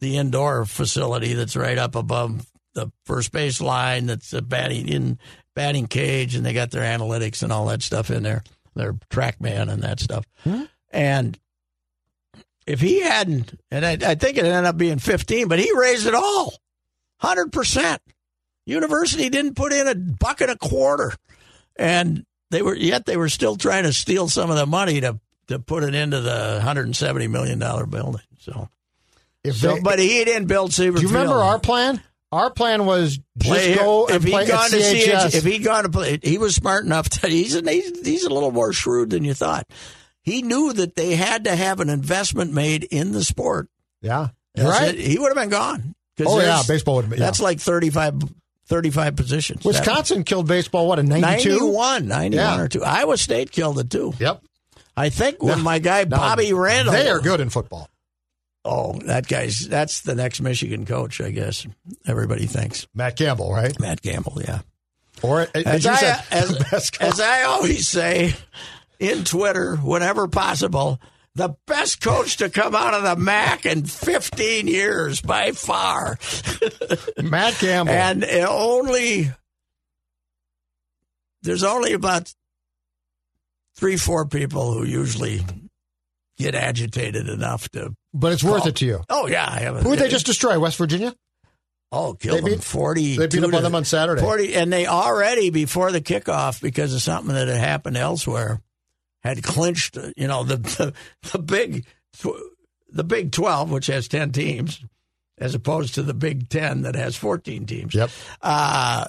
C: the indoor facility that's right up above the first base line. That's a batting in batting cage, and they got their analytics and all that stuff in there, their track man and that stuff. And if he hadn't, and I, I think it ended up being fifteen, but he raised it all, hundred percent. University didn't put in a buck and a quarter, and they were yet they were still trying to steal some of the money to to put it into the 170 million dollar building. So,
D: If
C: so
D: they-
C: but he didn't build Seaver.
D: do you remember
C: Field.
D: our plan? Our plan was
C: Play-
D: just go
C: if
D: and
C: he'd
D: play
C: gone
D: at
C: to
D: CHS.
C: CH, if he'd gone to play, he was smart enough to he's a, he's he's a little more shrewd than you thought. He knew that they had to have an investment made in the sport.
D: yeah. You're
C: That's
D: right.
C: it. He would have been gone. 'Cause
D: Oh yeah,
C: there's-
D: baseball would. Yeah.
C: That's like 35, 35 positions.
D: Wisconsin killed baseball. What in
C: That-
D: '92?
C: 91, 91
D: Yeah.
C: or two. Iowa State killed it too.
D: Yep.
C: I think when my guy
D: Now,
C: Bobby Randall,
D: They are good in football.
C: Oh, that guy's that's the next Michigan coach, I guess. Everybody thinks
D: Matt Campbell, right?
C: Matt Gamble. Yeah,
D: Or as,
C: as
D: you
C: I uh,
D: said,
C: as,
D: the best
C: as I always say in Twitter, whenever possible, the best coach to come out of the MAC in 15 years by far,
D: Matt Campbell.
C: and it only there's only about three, four people who usually get agitated enough to.
D: but it's worth it to you.
C: Oh yeah, I have.
D: Who would they just destroy? West Virginia.
C: Oh, kill
D: They
C: them.
D: beat-
C: 40.
D: They beat up on them on Saturday.
C: 40, and they already, before the kickoff, because of something that had happened elsewhere, had clinched, uh, you know, the, the, the big tw- the Big 12, which has 10 teams, as opposed to the Big 10 that has 14 teams,
D: Yep.
C: uh,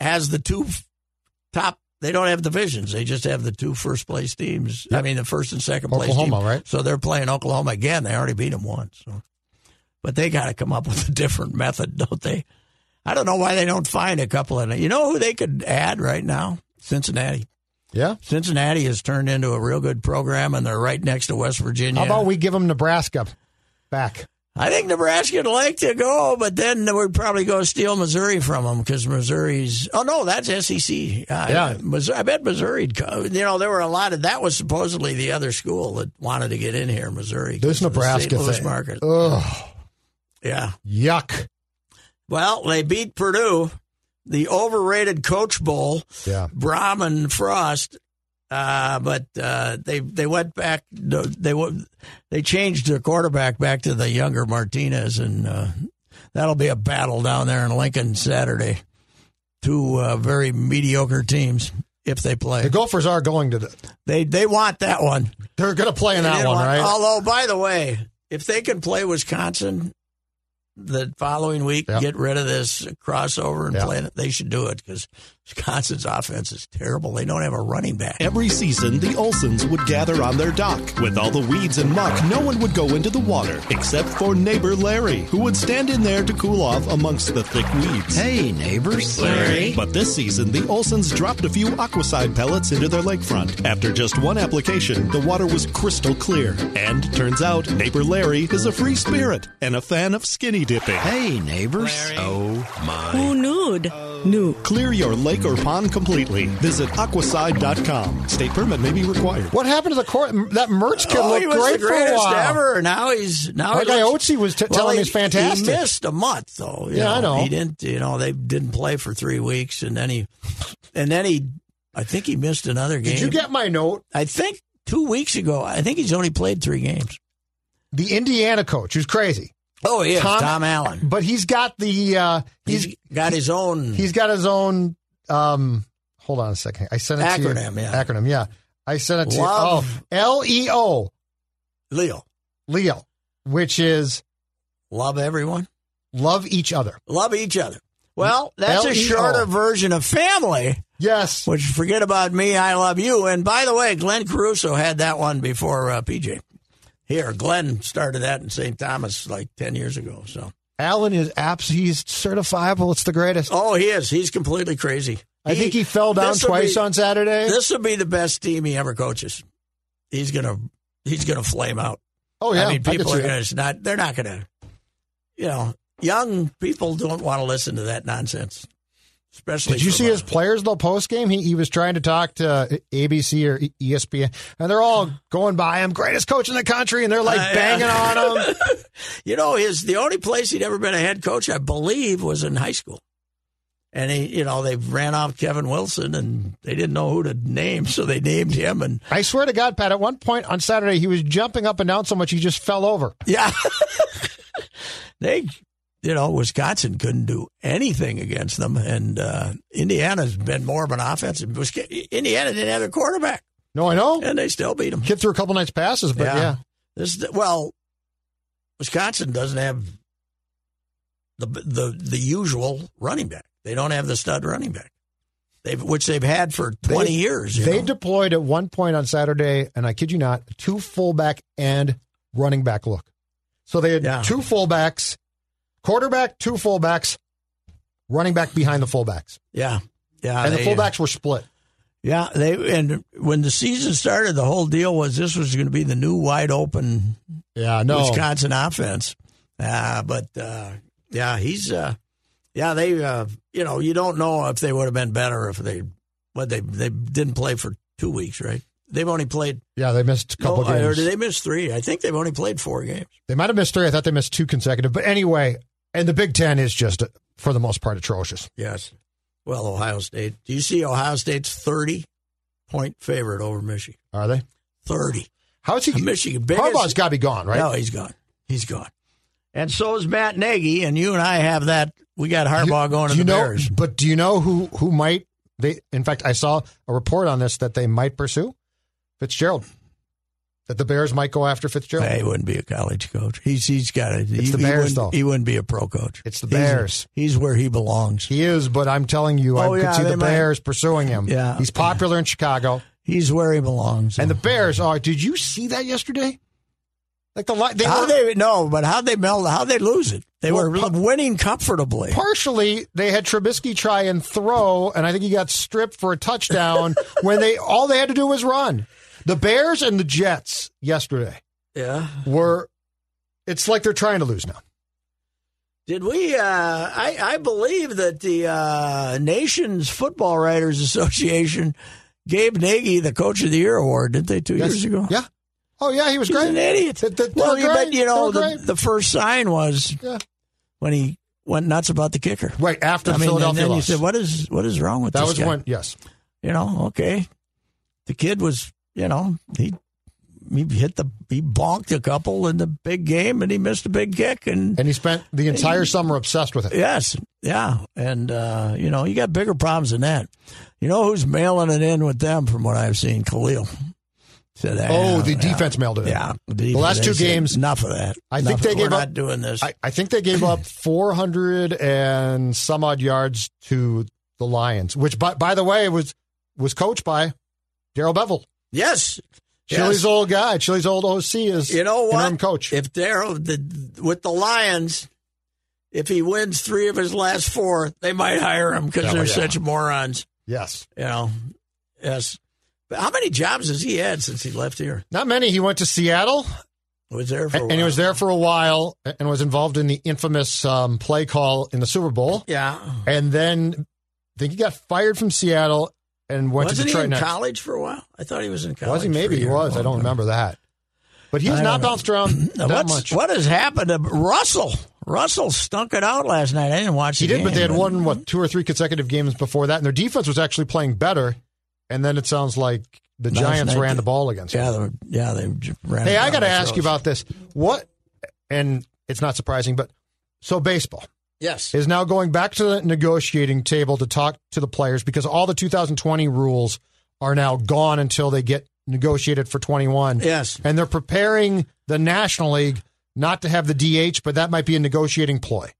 C: has the two f- top, they don't have divisions. They just have the two first place teams. I mean, the first and second place
D: Oklahoma,
C: team.
D: right?
C: So they're playing Oklahoma again. They already beat them once. So. But they got to come up with a different method, don't they? I don't know why they don't find a couple of. You know who they could add right now? Cincinnati.
D: Yeah.
C: Cincinnati has turned into a real good program, and they're right next to West Virginia.
D: How about we give them Nebraska back?
C: I think Nebraska'd like to go, but then we'd probably go steal Missouri from them because Missouri's. Oh no, that's SEC. Uh,
D: Yeah.
C: Missouri, I bet Missouri'd go. You know, there were a lot of that was supposedly the other school that wanted to get in here, Missouri. 'cause
D: This
C: of the
D: Nebraska
C: St. Louis
D: thing.
C: market.
D: Ugh.
C: Yeah.
D: Yuck.
C: Well, they beat Purdue, the overrated Coach Bowl.
D: Yeah.
C: Brahman Frost, uh, but uh, they they went back. They wa- they changed their quarterback back to the younger Martinez, and uh, that'll be a battle down there in Lincoln Saturday. Two uh, very mediocre teams if they
D: The
C: play.
D: Gophers are going to. The,
C: They they want that one.
D: they're going to play in
C: They
D: that
C: didn't
D: one,
C: want-
D: right?
C: Although, by the way, if they can play Wisconsin, the following week,
D: Yep.
C: get rid of this crossover and
D: Yep.
C: play it. They should do it because Wisconsin's offense is terrible. They don't have a running back.
F: Every season, the Olsons would gather on their dock. With all the weeds and muck, no one would go into the water except for neighbor Larry, who would stand in there to cool off amongst the thick weeds.
G: Hey, neighbors.
F: But this season, the Olsons dropped a few Aquaside pellets into their lakefront. After just one application, the water was crystal clear. And turns out, neighbor Larry is a free spirit and a fan of skinny dipping.
G: Hey, neighbors. Oh, my.
H: Who nude? No.
F: Clear your lake or pond completely. Visit aquaside.com. State permit may be required.
D: What happened to the court? That Mertz kid
C: Oh,
D: looked
C: he was
D: great
C: the greatest
D: for a while.
C: ever. Now he's now
D: That
C: he
D: guy
C: looks-
D: Otsi was t- telling
C: he-
D: me he's fantastic.
C: He missed a month though. you
D: Yeah, I know.
C: He didn't. You know, they didn't play for three weeks, and then he, and then he, I think he missed another game.
D: Did you get my note?
C: I think two weeks ago. I think he's only played three games.
D: The Indiana coach, who's crazy,
C: Oh yeah, Tom,
D: Tom-
C: Allen.
D: but he's got the uh, he's
C: he's got his own.
D: He's got his own. Um, hold on a second. I sent it to you.
C: Acronym, yeah.
D: Acronym, yeah. I sent it to
C: Love.
D: you. Oh, L E O,
C: Leo.
D: Leo, which is
C: Love everyone.
D: love each other.
C: Love each other. Well, that's a
D: L-E-O.
C: shorter version of family.
D: Yes.
C: Which forget about me, I love you. And by the way, Glenn Caruso had that one before uh, PJ. Here, Glenn started that in St. Thomas like ten years ago. So,
D: Allen is abs. He's certifiable. It's the greatest.
C: oh, he is. He's completely crazy.
D: I think he fell down
C: this'll
D: twice
C: be-
D: on Saturday.
C: This will be the best team he ever coaches. He's gonna, he's gonna flame out.
D: oh yeah,
C: I mean,
D: I
C: people
D: could see
C: are
D: that.
C: gonna. It's not. They're not gonna. You know, young people don't want to listen to that nonsense. Especially.
D: Did you
C: from
D: see
C: a-
D: his players though post game? He, he was trying to uh, talk to ABC or E- ESPN, and they're all going by him, greatest coach in the country, and they're like
C: Uh,
D: banging
C: yeah.
D: on him.
C: You know, his the only place he'd ever been a head coach, I believe, was in high school. And he, you know, they ran off Kevin Wilson, and they didn't know who to name, so they named him. And
D: I swear to God, Pat. At one point on Saturday, he was jumping up and down so much he just fell over.
C: yeah, they, you know, Wisconsin couldn't do anything against them, and uh, Indiana's been more of an offense. And Wisc- Indiana didn't have a quarterback,
D: No, I know.
C: and they still beat them.
D: Kid threw a couple nice passes, but yeah.
C: This is the- well, Wisconsin doesn't have the the the usual running back. They don't have the stud running back. They've which they've had for twenty
D: They-
C: years. you
D: They
C: know.
D: deployed at one point on Saturday, and I kid you not, two fullback and running back look. So they had
C: Yeah.
D: two fullbacks, quarterback, two fullbacks, running back behind the fullbacks.
C: yeah, yeah,
D: and
C: they- uh,
D: the fullbacks were split.
C: Yeah, they and when the season started, the whole deal was this was going to be the new wide open
D: Yeah, no.
C: Wisconsin offense. Uh, but uh, yeah, he's uh, yeah they uh, you know you don't know if they would have been better if they but they they didn't play for two weeks right. They've only played
D: yeah, they missed a couple
C: No, Or
D: games.
C: did
D: They-,
C: Oh, they miss three? I think they've only played four games.
D: might have missed three. I thought they missed two consecutive. But anyway, and the Big Ten is just, uh, for the most part, atrocious.
C: Yes. Well, Ohio State. Do you see Ohio State's 30 point favorite over Michigan?
D: Are they?
C: 30.
D: How's he?
C: Michigan. Biggest,
D: Harbaugh's got to be gone, right?
C: No, he's gone. He's gone. And so is Matt Nagy, and you and I have that. We got Harbaugh going to
D: do you
C: the
D: know,
C: Bears.
D: But do you know who who might they? In fact, I saw a report on this that they might pursue Fitzgerald. That the Bears might go after Fitzgerald.
C: Hey, he wouldn't be a college coach. He's he's got a. It's he,
D: the
C: he
D: Bears,
C: wouldn't-
D: though.
C: He wouldn't be a pro coach.
D: It's the
C: He's-
D: Bears.
C: He's, where he belongs.
D: He is, but I'm telling you, I
C: Oh,
D: could
C: yeah,
D: see
C: they
D: the
C: might.
D: Bears pursuing him.
C: Yeah.
D: he's popular in Chicago,
C: he's where he belongs.
D: and the Bears are. Did you see that yesterday? Like the li- they
C: how
D: were
C: they no, but how they meld? How they lose it? They
D: Well,
C: were
D: pa-
C: winning comfortably.
D: partially they had Trubisky try and throw, and I think he got stripped for a touchdown when they all they had to do was run. The Bears and the Jets yesterday
C: Yeah.
D: were. It's like they're trying to lose now.
C: Did we? Uh, I, I believe that the uh, Nation's Football Writers Association gave Nagy the Coach of the Year award, didn't they, two
D: Yes.
C: years ago?
D: Yeah. Oh yeah, he was
C: He's
D: great.
C: an idiot.
D: Th- th- they
C: well,
D: were
C: you bet
D: great.
C: you know
D: They were
C: the,
D: great.
C: the first sign was
D: Yeah.
C: when he went nuts about the kicker.
D: right after
C: I
D: the
C: mean, and
D: Philadelphia
C: then
D: loss.
C: you said, "What is what is wrong with
D: that
C: this
D: was
C: guy?"
D: when yes,
C: you know, okay. The kid was, you know, he he hit the he bonked a couple in the big game and he missed a big kick and
D: and he spent the entire summer obsessed with it.
C: Yes, yeah, and uh, you know you got bigger problems than that. You know who's mailing it in with them, from what I've seen, Khalil. Said, "Ah,
D: Oh, the
C: yeah,
D: defense mailed it in.
C: Yeah,
D: The last
C: they
D: two
C: said,
D: games-
C: Enough of that.
D: I
C: Enough
D: think
C: of
D: they
C: it.
D: gave
C: We're
D: up-
C: Not doing this.
D: I, I think they gave up 400 and some odd yards to the Lions, which, by, by the way, was was coached by Daryl Bevel,
C: yes,
D: Chili's
C: Yes.
D: old guy. Chili's old OC is
C: You know what?
D: interim coach.
C: If Daryl the, with the Lions, if he wins three of his last four, they might hire him because
D: Oh,
C: they're
D: yeah.
C: such morons.
D: yes,
C: You know, yes. But how many jobs has he had since he left here?
D: not many. He went to Seattle
C: Was there for a
D: and, and he
C: while.
D: was there for a while and was involved in the infamous um, play call in the Super Bowl,
C: Yeah,
D: and then I think he got fired from Seattle and went to
C: wasn't he
D: Detroit
C: in
D: next.
C: college for a while? I thought he was in college.
D: Was he?
C: for a
D: Maybe he
C: year.
D: was. I don't remember that. But he's
C: I don't
D: not
C: know.
D: bounced around
C: Now,
D: that
C: what's-
D: much.
C: What has happened to Russell? Russell stunk it out last night. I didn't watch.
D: He
C: the
D: did, but they
C: game,
D: had won what two or three consecutive games before that, and their defense was actually playing better. And then it sounds like the
C: Last
D: Giants
C: night
D: ran
C: they-
D: the ball against. them.
C: Yeah, they were, yeah, they j- ran.
D: Hey,
C: it
D: I
C: down
D: got to
C: their
D: ask you
C: throats.
D: about this. What? And it's not surprising, but so baseball
C: yes.
D: is now going back to the negotiating table to talk to the players because all the 2020 rules are now gone until they get negotiated for 21.
C: Yes.
D: And they're preparing the National League not to have the DH, but that might be a negotiating ploy.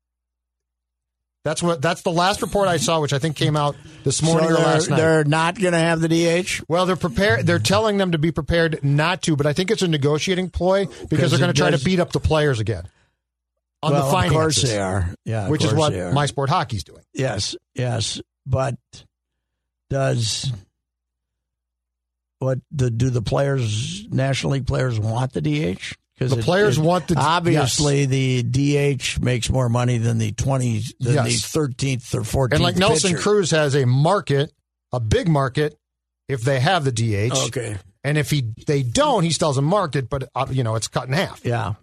D: That's what that's the last report I saw, which I think came out this morning
C: so
D: or
C: they're,
D: last night.
C: they're not going to have the DH.
D: well, they're prepared. They're telling them to be prepared not to, but I think it's a negotiating ploy because
C: Because
D: they're going
C: it
D: to try
C: does-
D: to beat up the players again on
C: well,
D: the finances,
C: of course they are. Yeah, of
D: which is
C: course
D: what
C: they are.
D: my sport hockey's doing.
C: yes, yes, but does what the, do the players, National League players, want the DH? Because
D: The players want the-
C: obviously the DH makes more money than the twenty than the
D: Yes.
C: thirteenth or fourteenth.
D: And like Nelson
C: pitcher.
D: Cruz has a market, a big market, if they have the DH.
C: Oh, Okay.
D: And if he they don't, he still has a market, but uh, you know it's cut in half.
C: Yeah.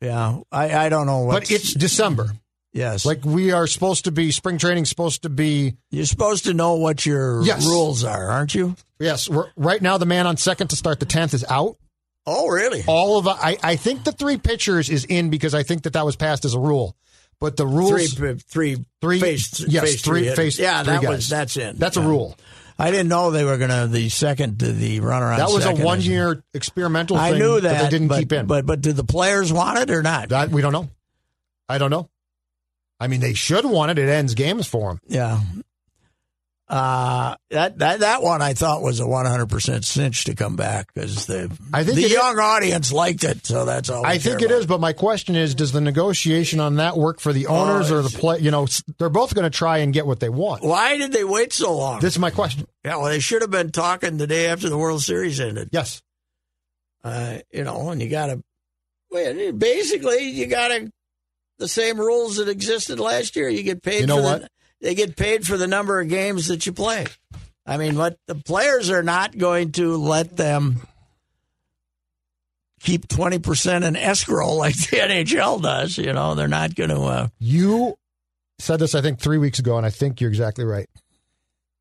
C: Yeah. I, I don't know what.
D: but it's December.
C: yes.
D: Like we are supposed to be spring training's supposed to be.
C: you're supposed to know what your
D: Yes.
C: rules are, aren't you?
D: Yes, we're, right now the man on second to start the tenth is out.
C: Oh, really?
D: All of I I think the three pitchers is in because I think that that was passed as a rule. But the rules
C: Three, three,
D: Three-
C: face,
D: yes,
C: face
D: three-
C: hitters.
D: face-
C: Yeah,
D: three
C: that
D: guys.
C: was that's it.
D: that's a
C: Yeah.
D: rule.
C: I didn't know they were gonna the second to the runner on.
D: That was a
C: second.
D: one year experimental.
C: I
D: thing
C: knew that
D: they didn't
C: but,
D: keep in.
C: But but did the players want it or not?
D: That we don't know. I don't know. I mean, they should want it. It ends games for them.
C: yeah. Uh, that, that that one I thought was a 100% cinch to come back because the,
D: I think
C: the
D: it is-
C: young audience liked it, so that's all. we
D: I
C: care
D: think it
C: about.
D: is, but my question is: Does the negotiation on that work for
C: Oh,
D: the owners or the play? You know, s- they're both going to try and get what they want.
C: Why did they wait so long?
D: This is my question.
C: yeah, well, they should have been talking the day after the World Series ended.
D: Yes,
C: Uh, you know, and you got to, well, basically, you got to the same rules that existed last year. You get paid.
D: You know
C: for The,
D: what?
C: they get paid for the number of games that you play. I mean, what the players are not going to let them keep twenty percent in escrow like the NHL does. You know, they're not going to. Uh,
D: you said this. I think three weeks ago, and I think you're exactly right.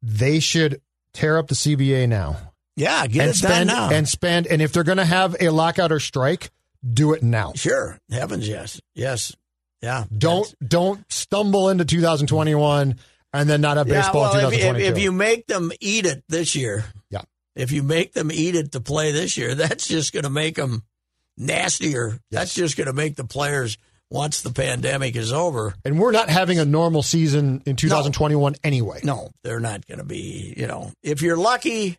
D: They should tear up the CBA now
C: yeah, get
D: and
C: it done
D: spend
C: now.
D: and spend. And if they're going to have a lockout or strike, do it now.
C: sure, heavens, yes, yes, yeah.
D: Don't don't stumble into 2021 and then not have baseball
C: yeah, well, if,
D: in
C: if,
D: 2022.
C: if you make them eat it this year,
D: Yeah.
C: if you make them eat it to play this year, that's just going to make them nastier. That's just going to make the players once the pandemic is over.
D: And we're not having a normal season in 2021 anyway.
C: No, they're not going to be. You know, if you're lucky,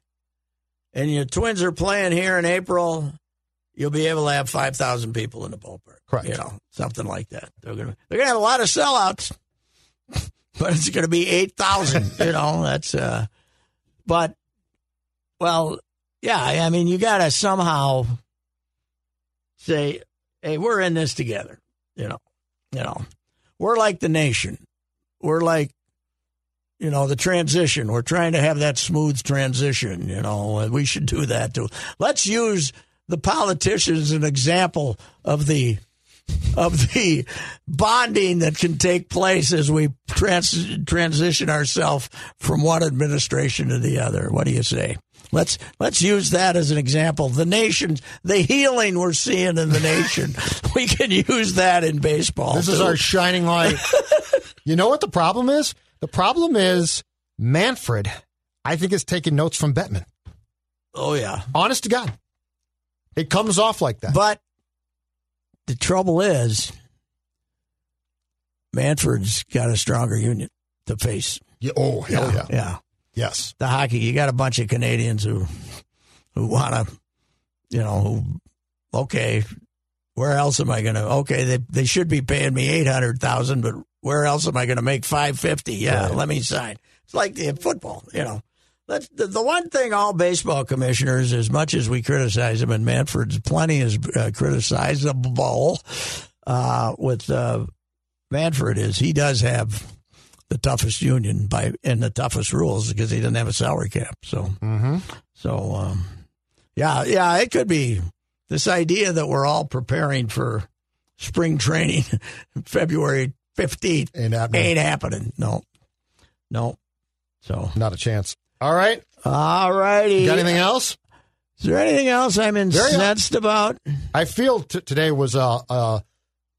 C: and your Twins are playing here in April, you'll be able to have five thousand people in the ballpark.
D: Correct.
C: You know, something like that. They're going to they're going to have a lot of sellouts, but it's going to be eight thousand. you know, that's uh, but well, yeah. I mean, you got to somehow say, hey, we're in this together. You know, you know, we're like the nation. We're like you know, the transition. We're trying to have that smooth transition, you know, and we should do that too. Let's use the politicians as an example of the of the bonding that can take place as we trans- transition ourselves from one administration to the other. What do you say? Let's let's use that as an example. The nation, the healing we're seeing in the nation, we can use that in baseball.
D: This is
C: too.
D: our shining light. you know what the problem is? The problem is Manfred, I think, is taking notes from Bettman.
C: oh yeah.
D: Honest to God. It comes off like that.
C: But the trouble is, Manford's got a stronger union to face.
D: Yeah, oh, hell yeah.
C: Yeah.
D: Yes.
C: The hockey, you got a bunch of Canadians who who want to, you know, who, okay, where else am I going to, okay, they, they should be paying me 800000 but where else am I going to make 550 Yeah, let me sign. It's like the football, you know. That's the, the one thing all baseball commissioners, as much as we criticize them, and Manford's plenty is uh, criticizable uh, with uh, Manford is he does have the toughest union by and the toughest rules because he doesn't have a salary cap. So, so um, yeah, yeah, it could be this idea that we're all preparing for spring training, February fifteenth,
D: Ain't happening.
C: ain't happening. No, no. So,
D: Not a chance. All right.
C: all righty.
D: Got anything else?
C: Is there anything else I'm incensed about?
D: I feel t- today was a, a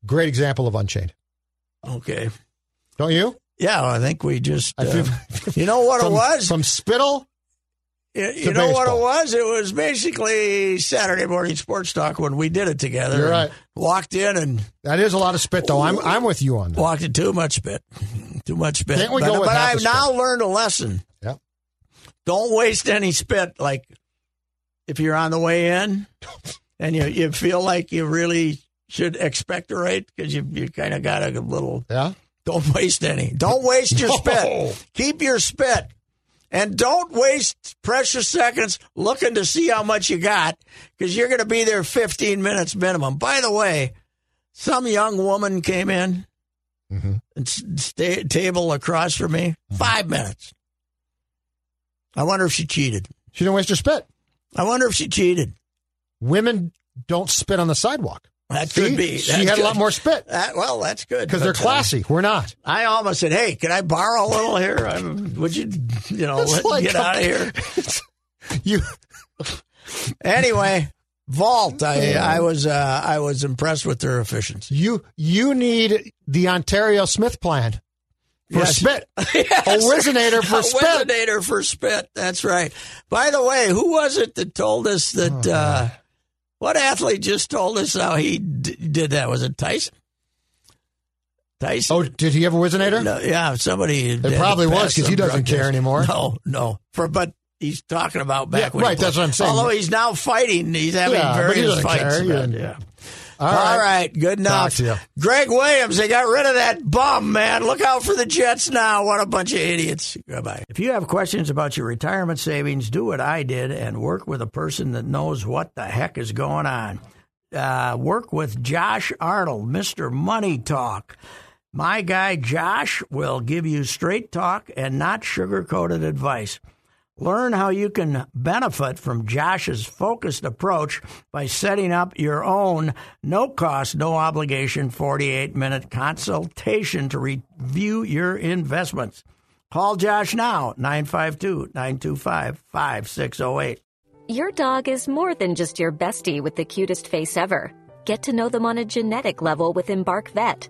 D: great example of Unchained.
C: Okay.
D: Don't you?
C: Yeah, I think we just.
D: I
C: uh,
D: feel-
C: you know what
D: from,
C: it was?
D: From Spittle?
C: You, you
D: to
C: know what it
D: baseball.
C: was? It was basically Saturday morning sports talk when we did it together.
D: You're
C: and
D: right.
C: Walked in and
D: That is a lot of spit, though. I'm I'm with you on that.
C: walked in too much spit. Too much spit.
D: Can't we
C: but
D: go with
C: but
D: half
C: I've
D: a
C: now learned a lesson.
D: Yeah.
C: Don't waste any spit. Like if you're on the way in and you, you feel like you really should expectorate because you, you kind of got a little.
D: Yeah.
C: Don't waste any. Don't waste your
D: No.
C: spit. Keep your spit. And don't waste precious seconds looking to see how much you got because you're going to be there 15 minutes minimum. By the way, some young woman came in
D: Mm-hmm.
C: and s- sta table across from me, five minutes. I wonder if she cheated.
D: She didn't waste her spit.
C: I wonder if she cheated.
D: Women don't spit on the sidewalk
C: That
D: See?
C: could be.
D: She
C: That
D: had a
C: could-
D: lot more spit.
C: That, well, that's good
D: because they're
C: But, uh,
D: classy. We're not.
C: I almost said, "Hey, can I borrow a little here? I'm, would you, you know,
D: It's
C: let,
D: like
C: get
D: a-
C: out of here?"
D: You
C: Anyway, vault. I, I was, uh, I was impressed with their efficiency.
D: you you need the Ontario Smith plan for
C: Yes.
D: spit.
C: Yes.
D: Originator for
C: A
D: spit.
C: Originator for spit. That's right. By the way, who was it that told us that? uh, what athlete just told us how he d- did that? Was it Tyson? Tyson.
D: Oh, did he have a originator?
C: No, yeah, somebody. It
D: probably was, 'cause he doesn't care anymore.
C: No, no. For but he's talking about back
D: Yeah,
C: when he
D: right, that's
C: played.
D: what I'm saying.
C: Although he's now fighting, he's having
D: Yeah, but he
C: various
D: doesn't
C: fights.
D: care. He
C: about-
D: doesn't-
C: yeah.
D: All
C: All
D: right.
C: right. good enough.
D: to you.
C: Greg Williams, they got rid of that bum, man. Look out for the Jets now. What a bunch of idiots. Goodbye. If you have questions about your retirement savings, do what I did and work with a person that knows what the heck is going on. Uh, work with Josh Arnold, Mr. Money Talk. My guy Josh will give you straight talk and not sugar coated advice. Learn how you can benefit from Josh's focused approach by setting up your own no cost, no obligation 48 minute consultation to review your investments. Call Josh now, 952 925 5608.
H: Your dog is more than just your bestie with the cutest face ever. Get to know them on a genetic level with Embark Vet.